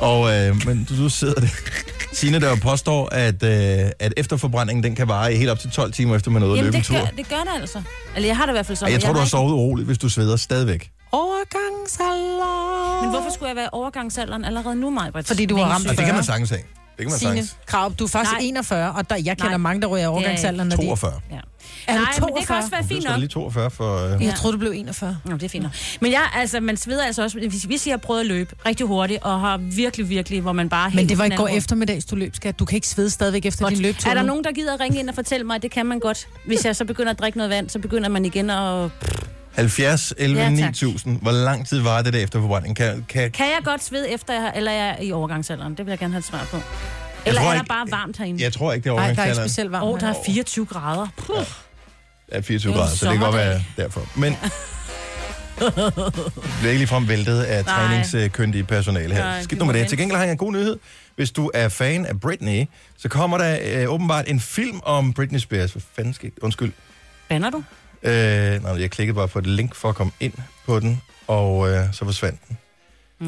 Speaker 1: Og, øh, men du, du sidder det. Signe, der jo påstår, at, øh, at efterforbrændingen, den kan vare i helt op til 12 timer, efter man nåede at
Speaker 2: Jamen,
Speaker 1: løbe en
Speaker 2: det
Speaker 1: tur.
Speaker 2: gør, det gør det altså. Eller jeg har det i hvert fald
Speaker 1: Ej,
Speaker 2: sådan.
Speaker 1: jeg tror, du
Speaker 2: har
Speaker 1: har
Speaker 2: ikke-
Speaker 1: sovet uroligt, hvis du sveder stadigvæk.
Speaker 3: Overgangsalder.
Speaker 2: Men hvorfor skulle jeg være i overgangsalderen allerede nu, mig?
Speaker 3: Fordi du har ramt
Speaker 1: Og Altså, det kan man
Speaker 3: Fyrre.
Speaker 1: sagtens af. Det kan man
Speaker 3: Signe
Speaker 1: sagtens.
Speaker 3: Krab, du er faktisk
Speaker 2: Nej.
Speaker 3: 41, og der, jeg kender
Speaker 2: Nej.
Speaker 3: mange, der ryger i overgangsalderen. når de-
Speaker 1: 42.
Speaker 2: Ja.
Speaker 3: Er du
Speaker 2: Nej, men det kan
Speaker 3: 42?
Speaker 2: også være
Speaker 1: Det
Speaker 2: fint
Speaker 1: står
Speaker 2: nok.
Speaker 1: da lige 42 for... Øh,
Speaker 3: Jeg troede, du blev 41.
Speaker 2: Nå, det er fint nok. Men jeg, altså, man sveder altså også, hvis, hvis jeg har prøvet at løbe rigtig hurtigt, og har virkelig, virkelig, hvor man bare... er
Speaker 3: Men
Speaker 2: helt
Speaker 3: det var i
Speaker 2: knaldrød.
Speaker 3: går eftermiddags, du løb, skat. Du kan ikke svede stadigvæk efter din løbetur.
Speaker 2: Er der
Speaker 3: nu.
Speaker 2: nogen, der gider ringe ind og fortælle mig, at det kan man godt? Hvis jeg så begynder at drikke noget vand, så begynder man igen at...
Speaker 1: 70, 11,
Speaker 2: Ja, tak.
Speaker 1: 9000. Hvor lang tid var det der efterforbrænding? Kan, kan,
Speaker 2: Kan jeg godt svede efter, jeg har, eller jeg er i overgangsalderen? Det vil jeg gerne have et svar på. Eller
Speaker 1: tror
Speaker 2: er der
Speaker 1: ikke-
Speaker 2: bare varmt herinde?
Speaker 1: jeg tror ikke, det er
Speaker 3: Nej, der er ikke
Speaker 1: overgangsalderen.
Speaker 3: specielt varmt.
Speaker 2: Åh, oh, der
Speaker 3: her.
Speaker 2: er 24 grader. Puh.
Speaker 1: er 24
Speaker 2: Det er en
Speaker 1: grader, så det kan godt være
Speaker 2: sommerdag.
Speaker 1: derfor. Men det bliver ikke ligefrem væltet af
Speaker 2: Nej.
Speaker 1: træningskyndige personale her.
Speaker 2: Nej,
Speaker 1: Skidt
Speaker 2: vi
Speaker 1: nu med
Speaker 2: må
Speaker 1: det.
Speaker 2: vente.
Speaker 1: Til gengæld har jeg en god nyhed. Hvis du er fan af Britney, så kommer der øh, åbenbart en film om Britney Spears. Hvad fanden skete? Undskyld.
Speaker 2: Banner du?
Speaker 1: Øh, nej, jeg klikkede bare på et link for at komme ind på den, og øh, så forsvandt den.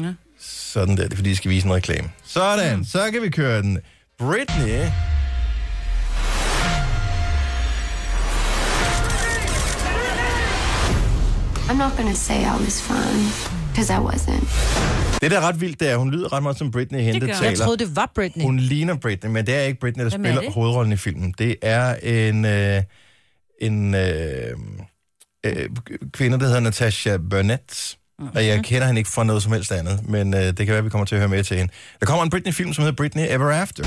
Speaker 2: Ja. Mm.
Speaker 1: Sådan der, det er fordi, jeg skal vise en reklame. Sådan, så kan vi køre den. Britney.
Speaker 7: I'm not gonna say I was fine, because I wasn't.
Speaker 1: Det, der er ret vildt, det er, hun lyder ret meget som Britney hende,
Speaker 2: Det
Speaker 1: der
Speaker 2: gør hun.
Speaker 1: taler.
Speaker 3: Jeg troede, det var Britney.
Speaker 1: Hun ligner Britney, men det er ikke Britney, der
Speaker 2: Hvem er
Speaker 1: spiller
Speaker 2: det?
Speaker 1: hovedrollen i filmen. Det er en, øh, en øh, øh, kvinde, der hedder Natasha Burnett. Og
Speaker 2: Mhm.
Speaker 1: jeg kender hende ikke fra noget som helst andet, men øh, det kan være, vi kommer til at høre mere til hende. Der kommer en Britney-film, som hedder Britney Ever After.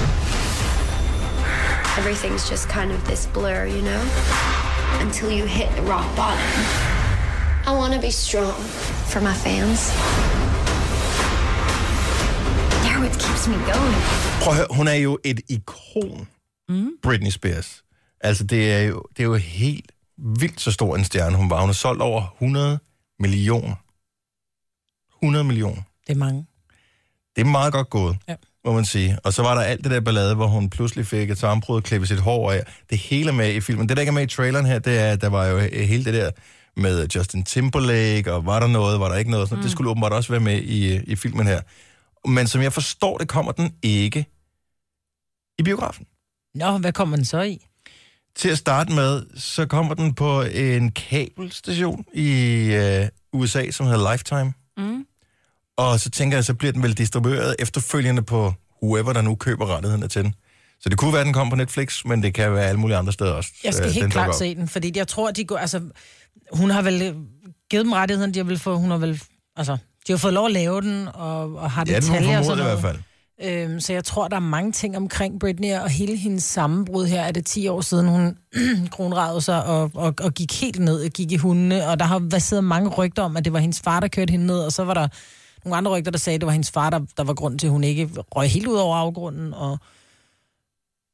Speaker 7: Everything's just kind of this blur, you know? Until you hit the rock bottom. I wanna be strong for my fans. They're what keeps me going.
Speaker 1: Prøv at høre, hun er jo et ikon,
Speaker 2: Mhm.
Speaker 1: mm. Britney Spears. Altså, det er, jo, det er jo helt vildt så stor en stjerne, hun var. Hun har solgt over 100 millioner. 100 millioner.
Speaker 3: Det er mange.
Speaker 1: Det er meget godt gået, ja.
Speaker 3: Ja.
Speaker 1: må man sige. Og så var der alt det der ballade, hvor hun pludselig fik et sammenbrud og klippe sit hår af. Det hele er med i filmen. Det, der ikke er med i traileren her, det er, at der var jo he- hele det der med Justin Timberlake, og var der noget, var der ikke noget. Sådan. Mm. Det skulle åbenbart også være med i, i filmen her. Men som jeg forstår det, kommer den ikke i biografen.
Speaker 3: Nå, hvad kommer den så i?
Speaker 1: Til at starte med, så kommer den på en kabelstation i øh, USA, som hedder Lifetime.
Speaker 2: Mm.
Speaker 1: Og så tænker jeg, så bliver den vel distribueret efterfølgende på whoever, der nu køber rettighederne til den. Så det kunne være, at den kom på Netflix, men det kan være alle mulige andre steder også.
Speaker 3: Jeg skal
Speaker 1: øh,
Speaker 3: øh,
Speaker 1: den
Speaker 3: helt
Speaker 1: dukker
Speaker 3: klart
Speaker 1: op.
Speaker 3: se den, fordi jeg tror, de går... Altså, hun har vel øh, givet dem rettigheden, de har vel fået... Hun har vel... Altså, de har fået lov at lave den, og, og har
Speaker 1: Ja, den må
Speaker 3: detaljer og
Speaker 1: formode i
Speaker 3: sådan
Speaker 1: hvert
Speaker 3: noget.
Speaker 1: fald.
Speaker 3: Øhm, så jeg tror, der er mange ting omkring Britney, og hele hendes sammenbrud her, er det 10 år siden, hun kronragede sig og, og, og gik helt ned, og gik i hundene, og der har baseret mange rygter om, at det var hendes far, der kørte hende ned, og så var der nogle andre rygter, der sagde, at det var hendes far, der, der var grund til, at hun ikke røg helt ud over afgrunden, og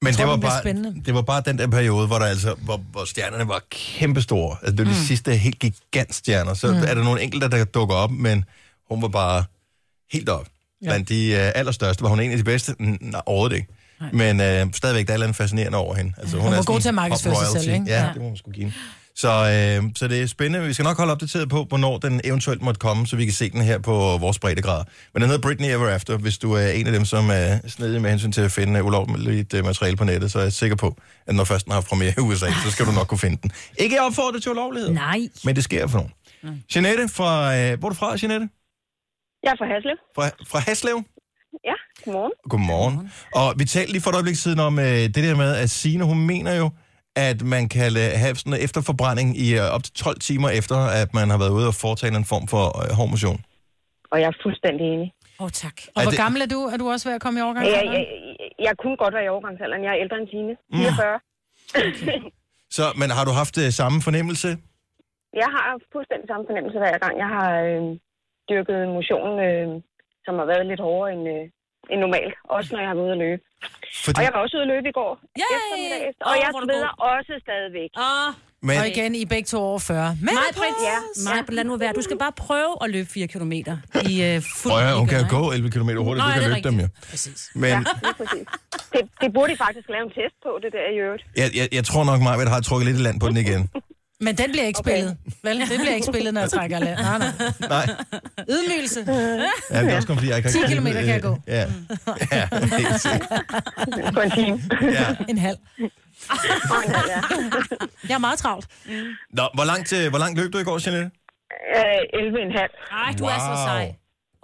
Speaker 1: Men
Speaker 3: tror,
Speaker 1: det var,
Speaker 3: den bliver
Speaker 1: bare,
Speaker 3: spændende.
Speaker 1: det var bare den der periode, hvor, der altså, hvor, hvor stjernerne var kæmpestore. Altså, det var
Speaker 3: Mm.
Speaker 1: de sidste helt gigantstjerner. Så mm. er der nogle enkelte, der dukker op, men hun var bare helt op. Ja. Blandt de øh, allerstørste. Var hun en af de bedste? N- Nej, overhovedet ikke. Nej. Men øh, stadigvæk, der er et eller andet fascinerende over hende. Altså, hun
Speaker 3: Hun
Speaker 1: er
Speaker 3: var
Speaker 1: sådan
Speaker 3: god til at
Speaker 1: en
Speaker 3: markedsføre sig
Speaker 1: pop-royalty.
Speaker 3: selv, ikke?
Speaker 1: Ja, ja,
Speaker 2: Ja.
Speaker 1: det må man skulle give hende. Så, øh, så det er spændende. Vi skal nok holde opdateret på, hvornår den eventuelt måtte komme, så vi kan se den her på vores breddegrad. Men den hedder Britney Ever After. Hvis du er en af dem, som er snedig med hensyn til at finde øh, ulovligt øh, materiale på nettet, så er jeg sikker på, at når først den har haft premiere i USA, så skal du nok kunne finde den. Ikke opfordret til ulovlighed,
Speaker 2: Nej.
Speaker 1: men det sker for nogen. Jeanette fra... Øh, hvor er du fra, Jeanette?
Speaker 8: Jeg er fra Haslev.
Speaker 1: Fra, fra Haslev?
Speaker 8: Ja, godmorgen.
Speaker 1: Godmorgen. Og vi talte lige for et øjeblik siden om øh, det der med, at Signe, hun mener jo, at man kan la- have sådan en efterforbrænding i øh, op til 12 timer efter, at man har været ude og foretage en form for øh, hård motion.
Speaker 8: Og jeg er fuldstændig enig.
Speaker 2: Åh, oh, tak.
Speaker 3: Og
Speaker 1: Er
Speaker 3: hvor
Speaker 1: det-
Speaker 3: gammel er du? Er du også ved at komme i årgang?
Speaker 8: Jeg, jeg, jeg, jeg kunne godt være i overgangsalderen. Jeg er ældre end Signe. 44.
Speaker 1: Så, men har du haft øh, samme fornemmelse?
Speaker 8: Jeg har fuldstændig samme fornemmelse hver gang. Jeg har øh, dyrket motion, øh, som har været lidt hårdere end, øh, end normalt. Også når jeg har været ude at løbe.
Speaker 1: Fordi,
Speaker 8: Og jeg var også ude at løbe i går.
Speaker 2: Yay!
Speaker 8: eftermiddags,
Speaker 2: Åh,
Speaker 8: Og jeg
Speaker 2: hvor er du
Speaker 8: sveder også stadigvæk.
Speaker 2: Åh,
Speaker 1: men,
Speaker 3: Og igen, I er begge to over 40. Men
Speaker 2: mig, Britt,
Speaker 8: Ja.
Speaker 2: mig, lad nu være. Du skal bare prøve at løbe 4 km i øh, fuld
Speaker 1: Prøv at høre, hun kan jo
Speaker 2: rigør,
Speaker 1: gå
Speaker 2: ikke?
Speaker 1: 11 km hurtigt,
Speaker 2: Nå,
Speaker 1: du
Speaker 2: ja,
Speaker 1: kan
Speaker 2: det er
Speaker 1: løbe dem jo.
Speaker 3: Præcis.
Speaker 1: Men
Speaker 8: Lige præcis. Det, det burde I faktisk lave en test på, det der i øvrigt.
Speaker 1: jeg, jeg, jeg tror nok, Maja har trukket lidt i land på den igen.
Speaker 3: Men den bliver ikke spillet. Vel, den bliver ikke spillet, når jeg trækker af land. Nej, nej.
Speaker 1: Nej,
Speaker 3: Ydmygelse.
Speaker 1: ja, det er også kun, fordi jeg ikke har...
Speaker 3: 10 kilometer kan jeg gå.
Speaker 1: Ja, ja helt sikkert.
Speaker 8: På en time.
Speaker 1: Ja.
Speaker 3: En halv. Jeg er meget travlt.
Speaker 1: Nå, hvor langt, øh, hvor langt løb du i går, Jeanette?
Speaker 8: Øh, 11,5.
Speaker 2: Ej, du er så
Speaker 1: Wow.
Speaker 2: sej.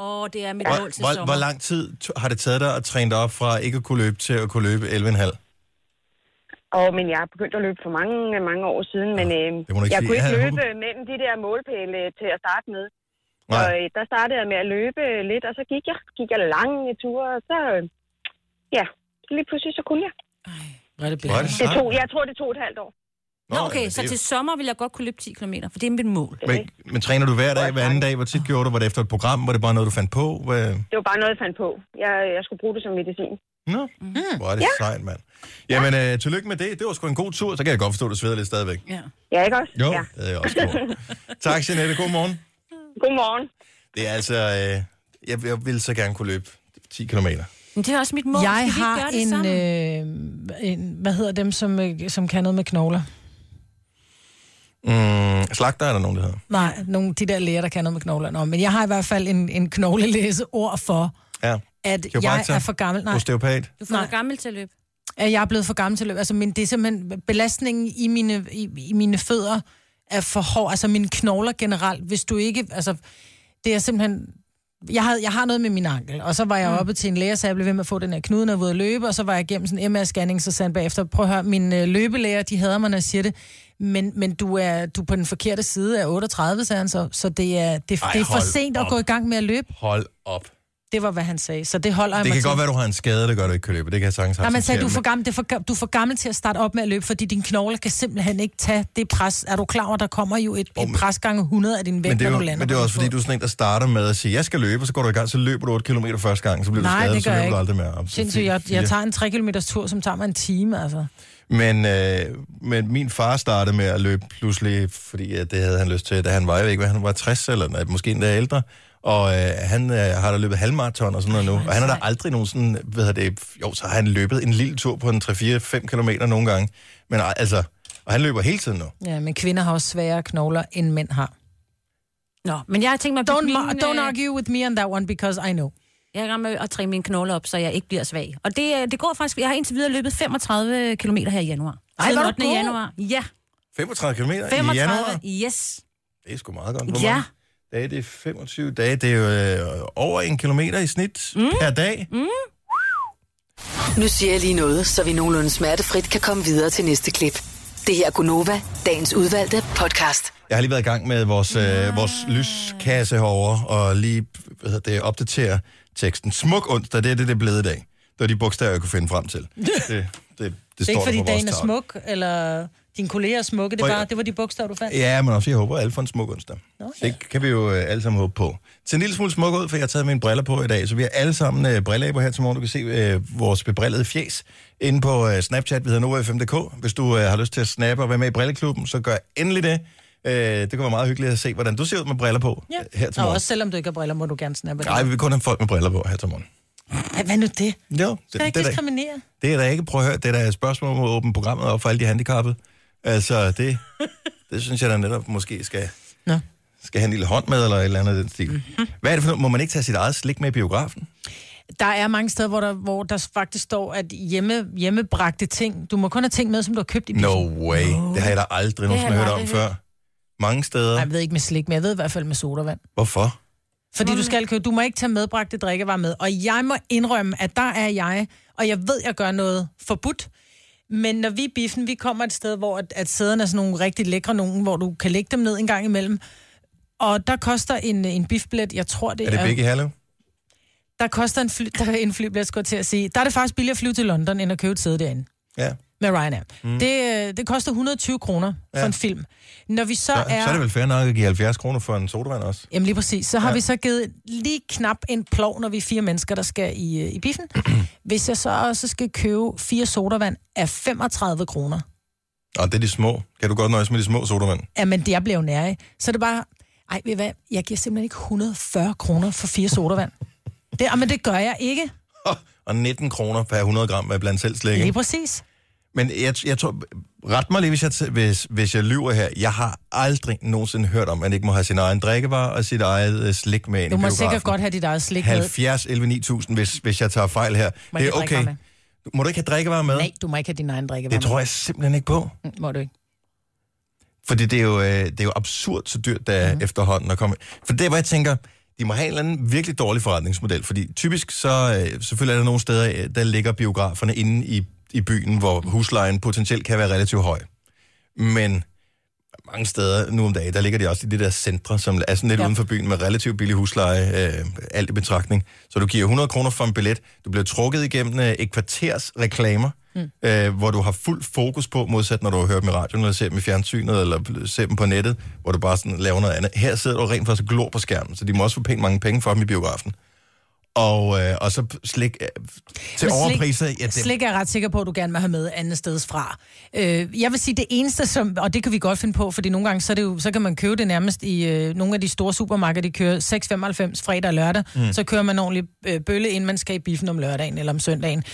Speaker 2: Åh, det er mit mål til
Speaker 1: Hvor, hvor,
Speaker 2: sommer.
Speaker 1: hvor lang tid t- har det taget dig at træne dig op fra ikke at kunne løbe til at kunne løbe 11,5?
Speaker 8: Og, men jeg har begyndt at løbe for mange, mange år siden, men øh,
Speaker 1: det må du ikke
Speaker 8: jeg
Speaker 1: sige.
Speaker 8: kunne ikke
Speaker 1: Ja,
Speaker 8: løbe mellem de der målpæle øh, til at starte med. Og
Speaker 1: Nej.
Speaker 8: øh, der startede jeg med at løbe lidt, og så gik jeg. Gik jeg lange ture, og så... Øh, ja, lige pludselig så kunne jeg.
Speaker 3: Hvor er det
Speaker 1: Hvor er det
Speaker 8: Det
Speaker 1: sejt.
Speaker 8: tog, jeg tror, det tog et halvt år.
Speaker 2: Nå, okay,
Speaker 1: men
Speaker 2: så
Speaker 1: det-
Speaker 2: til sommer vil jeg godt kunne løbe 10 km, for det er mit mål.
Speaker 1: Men, men træner du hver dag, hver anden dag? Hvor tit gjorde du? Var det efter et program? Var det bare noget, du fandt på? Hvad...
Speaker 8: Det var bare noget, jeg fandt på. Jeg, jeg skulle bruge det som medicin.
Speaker 1: Nå,
Speaker 2: Mm-hmm.
Speaker 1: hvor er det sejt, mand. Jamen, øh, tillykke med det. Det var sgu en god tur. Så kan jeg godt forstå, at du sveder lidt stadigvæk.
Speaker 2: Ja.
Speaker 8: Ja, ikke også?
Speaker 1: Jo,
Speaker 8: Ja.
Speaker 1: det havde jeg også gjort. Tak, Jeanette. God morgen.
Speaker 8: Godmorgen.
Speaker 1: Det er altså... Øh, jeg, jeg ville så gerne kunne løbe 10 km.
Speaker 2: Men det er også mit mål.
Speaker 3: Jeg
Speaker 2: Skal vi ikke
Speaker 3: har
Speaker 2: gøre det
Speaker 3: en,
Speaker 2: sammen?
Speaker 3: øh, en, hvad hedder dem, som, øh, som kan noget med knogler?
Speaker 1: Mm, slagter er der nogen, der hedder.
Speaker 3: Nej, nogle de der læger, der kan noget med knogler. Nå, men jeg har i hvert fald en, en knoglelæse ord for,
Speaker 1: Ja.
Speaker 3: at jeg
Speaker 1: Kiropraktor?
Speaker 3: er for gammel. Nej,
Speaker 1: Osteopat.
Speaker 2: Du får gammel til at løbe.
Speaker 3: at jeg er blevet for gammel til at løbe. Altså, men det er simpelthen belastningen i mine, i, i mine fødder er for hård. Altså mine knogler generelt. Hvis du ikke... Altså, det er simpelthen... Jeg, havde, jeg har noget med min ankel, og så var
Speaker 1: Mm.
Speaker 3: jeg oppe til en læge, så jeg blev ved med at få den her knude, når jeg var ude at løbe, og så var jeg igennem sådan en MR-scanning, så sagde han bagefter, prøv at høre, mine øh, løbelæger, de hader mig, når jeg siger det, men, men du, er, du er på den forkerte side af 38, sagde han så, så det er, det,
Speaker 1: Ej,
Speaker 3: Ej, det er for
Speaker 1: hold
Speaker 3: sent at
Speaker 1: op.
Speaker 3: gå i gang med at løbe.
Speaker 1: Hold op.
Speaker 3: Det var, hvad han sagde, så det holder jeg
Speaker 1: Det
Speaker 3: mig
Speaker 1: kan
Speaker 3: til.
Speaker 1: godt være, du har en skade, der gør, at du ikke kan løbe. Det kan jeg sagtens
Speaker 3: Nej, man
Speaker 1: acceptere,
Speaker 3: sagde, du er,
Speaker 1: men-
Speaker 3: for gammel, det er for, ga- du er for gammel til at starte op med at løbe, fordi din knogle kan simpelthen ikke tage det pres. Er du klar over, der kommer jo et, et pres gange 100 af din vægt,
Speaker 1: Men det, er
Speaker 3: når
Speaker 1: jo,
Speaker 3: du lander?
Speaker 1: men det er
Speaker 3: på
Speaker 1: også
Speaker 3: din
Speaker 1: fordi,
Speaker 3: fod?
Speaker 1: du er sådan en, der starter med at sige, jeg skal løbe, og så går du i gang, så løber du 8 km første gang, så bliver
Speaker 3: Nej,
Speaker 1: du skadet,
Speaker 3: det
Speaker 1: så
Speaker 3: gør jeg
Speaker 1: løber du
Speaker 3: ikke.
Speaker 1: aldrig mere. Om, så
Speaker 3: Sindssygt,
Speaker 1: fire-
Speaker 3: jeg,
Speaker 1: fire.
Speaker 3: jeg tager en 3 km tur, som tager mig en time, altså.
Speaker 1: Men, øh, men min far startede med at løbe pludselig, fordi øh, det havde han lyst til, da han var, jeg ved ikke, hvad han var 60 eller noget, måske endda ældre. Og øh, han øh, har da løbet halvmarathon og sådan noget nu. Og han har da aldrig nogen sådan, hvad hedder det, jo, så har han løbet en lille tur på en 3-4-5 km nogle gange. Men øh, altså, og han løber hele tiden nu.
Speaker 3: Ja, men kvinder har også sværere knogler, end mænd har.
Speaker 2: Nå, men jeg har tænkt mig at,
Speaker 3: Don't,
Speaker 2: bygge
Speaker 3: ma-
Speaker 2: mine,
Speaker 3: don't
Speaker 2: øh,
Speaker 3: argue with me on that one, because I know.
Speaker 2: jeg er i gang med at træne mine knogler op, så jeg ikke bliver svag. Og det, øh, det går faktisk... Jeg har indtil videre løbet 35 km her i januar.
Speaker 3: Ej,
Speaker 2: Siden
Speaker 3: hvor er du
Speaker 2: 8.
Speaker 3: god.
Speaker 2: januar. Ja,
Speaker 1: 35 km i
Speaker 2: 35.
Speaker 1: januar.
Speaker 2: Yes.
Speaker 1: Det er sgu meget godt. Hvor
Speaker 2: Ja.
Speaker 1: mange Dage, det er 25 dage. Det er jo øh, over en kilometer i snit mm. per dag. Mm.
Speaker 6: Nu siger jeg lige noget, så vi nogenlunde smertefrit kan komme videre til næste klip. Det her er Gunova, dagens udvalgte podcast.
Speaker 1: Jeg har lige været i gang med vores, øh, vores lyskasse herovre, og lige hvad hedder det, opdatere teksten. Smuk onsdag, det er det, det er blevet i dag. Det var de bogstaver, jeg kunne finde frem til. Det, det, det, det
Speaker 3: Det er
Speaker 1: står
Speaker 3: ikke,
Speaker 1: der
Speaker 3: fordi
Speaker 1: på vores
Speaker 3: dagen er
Speaker 1: tavle.
Speaker 3: smuk, eller dine kolleger er smukke. Det,
Speaker 1: Prøv- Øh,
Speaker 3: var, det var de bogstaver, du fandt.
Speaker 1: Ja, men også, jeg håber, at alle får en smuk onsdag. Okay. Det kan vi jo øh, alle sammen håbe på. Se en lille smule smuk ud, for jeg har taget mine briller på i dag, så vi har alle sammen øh, brilleaber her til morgen. Du kan se øh, vores bebrillede fjes inde på øh, Snapchat, vi hedder Nova5.dk. Hvis du øh, har lyst til at snappe og være med i brilleklubben, så gør endelig det. Øh, det kan være meget hyggeligt at se, hvordan du ser ud med briller på ja. øh, her til
Speaker 3: Og
Speaker 1: morgen.
Speaker 3: også selvom du ikke har briller, må du gerne snappe det.
Speaker 1: Nej, vi vil kun have folk med briller på her til morgen.
Speaker 3: Ej, hvad nu det?
Speaker 1: Jo,
Speaker 3: Skal jeg
Speaker 1: det,
Speaker 3: ikke
Speaker 1: er da-
Speaker 3: diskriminere?
Speaker 1: det er da ikke, prøv at høre, det er da et spørgsmål om at åbne programmet op for alle de handicappede. Altså, det, det synes jeg da netop måske skal,
Speaker 3: Nå.
Speaker 1: skal have en lille hånd med, eller et eller andet i den stil.
Speaker 3: Mhm.
Speaker 1: Mm-hmm. Hvad er det for noget? Må man ikke tage sit eget slik med i biografen?
Speaker 3: Der er mange steder, hvor der, hvor der faktisk står, at hjemme, hjemmebragte ting... Du må kun have ting med, som du har købt i bilen.
Speaker 1: No way. Det har jeg da aldrig nogensinde
Speaker 2: har jeg
Speaker 1: hørt om
Speaker 2: aldrig hørt.
Speaker 1: før. Mange steder.
Speaker 3: Ej, Jeg ved ikke med slik, men jeg ved i hvert fald med sodavand.
Speaker 1: Hvorfor?
Speaker 3: Fordi du skal købe, du må ikke tage medbragte drikkevarer med. Og jeg må indrømme, at der er jeg, og jeg ved, jeg gør noget forbudt. Men når vi er i biffen, vi kommer et sted, hvor at, at sæderne er sådan nogle rigtig lækre nogen, hvor du kan lægge dem ned en gang imellem. Og der koster en, en bifblet, jeg tror det
Speaker 1: Er det begge i Herlev?
Speaker 3: der koster en, fly, der er en flybillet, skulle jeg til at sige. Der er det faktisk billigere at flyve til London, end at købe et sæde derinde
Speaker 1: Ja.
Speaker 3: med Ryanair. Mm. Det, øh, det koster 120 kroner for
Speaker 1: Ja.
Speaker 3: en film. Når vi så,
Speaker 1: Så,
Speaker 3: er...
Speaker 1: så er det vel fair nok at give 70 kroner for en sodavand også.
Speaker 3: Jamen lige præcis. Så har
Speaker 1: Ja.
Speaker 3: ja. vi så givet lige knap en plov, når vi er fire mennesker, der skal i, øh, i biffen. Hvis jeg så også skal købe fire sodavand af 35 kroner,
Speaker 1: Og det er de små. Kan du godt nøjes med de små sodavand?
Speaker 3: jamen jeg bliver jo nær af. Så er det bare, ej ved I hvad, jeg giver simpelthen ikke 140 kroner for fire sodavand. Det, ah, men det gør jeg ikke.
Speaker 1: Og 19 kroner per 100 gram af blandt selv slik.
Speaker 3: Lige
Speaker 1: ikke?
Speaker 3: præcis.
Speaker 1: Men jeg, jeg tror, ret mig lige, hvis jeg, t- hvis, hvis jeg lyver her. Jeg har aldrig nogensinde hørt om, at man ikke må have sin egen drikkevarer og sit eget øh, slik med ind
Speaker 3: Du
Speaker 1: i
Speaker 3: må
Speaker 1: biografen.
Speaker 3: sikkert godt have dit eget slik med.
Speaker 1: 70, 11, 9000, hvis, hvis jeg tager fejl her.
Speaker 3: Må
Speaker 1: det er
Speaker 3: ikke have
Speaker 1: okay.
Speaker 3: drikkevarer
Speaker 1: Du- Må du ikke have drikkevarer med?
Speaker 3: Nej, du må ikke have din egen drikkevarer.
Speaker 1: Det tror jeg simpelthen ikke på.
Speaker 3: jeg. Må du ikke.
Speaker 1: Fordi det er jo, øh, det er jo absurd så dyrt der mm.
Speaker 3: Mhm.
Speaker 1: efterhånden at komme. For det er, hvor jeg tænker, de må have en eller anden virkelig dårlig forretningsmodel. Fordi typisk så, øh, selvfølgelig er der nogle steder, øh, der ligger biograferne inde i, i byen, hvor huslejen potentielt kan være relativt høj. Men mange steder nu om dagen, der ligger de også i de der centre, som er sådan lidt ja.
Speaker 3: Ja.
Speaker 1: uden for byen med relativt billig husleje, øh, alt i betragtning. Så du giver 100 kroner for en billet, du bliver trukket igennem øh, et kvarters reklamer, mm. øh, hvor du har fuld fokus på, modsat når du hører dem i radioen, eller ser dem i fjernsynet, eller ser dem på nettet, hvor du bare sådan laver noget andet. Her sidder du rent faktisk og glor på skærmen, så de må også få pænt mange penge for dem i biografen. Og, øh, og så slik øh, til
Speaker 3: Men
Speaker 1: overpriser.
Speaker 3: Slik, ja, det... slik er jeg ret sikker på, at du gerne vil have med andet steds fra. Øh, jeg vil sige, det eneste, som, og det kan vi godt finde på, fordi nogle gange, så, er det jo, så kan man købe det nærmest i øh, nogle af de store supermarkeder, de kører 6,95 fredag og lørdag, mm. så kører man ordentlig øh, bølle, inden man skal i biffen om lørdagen eller om søndagen.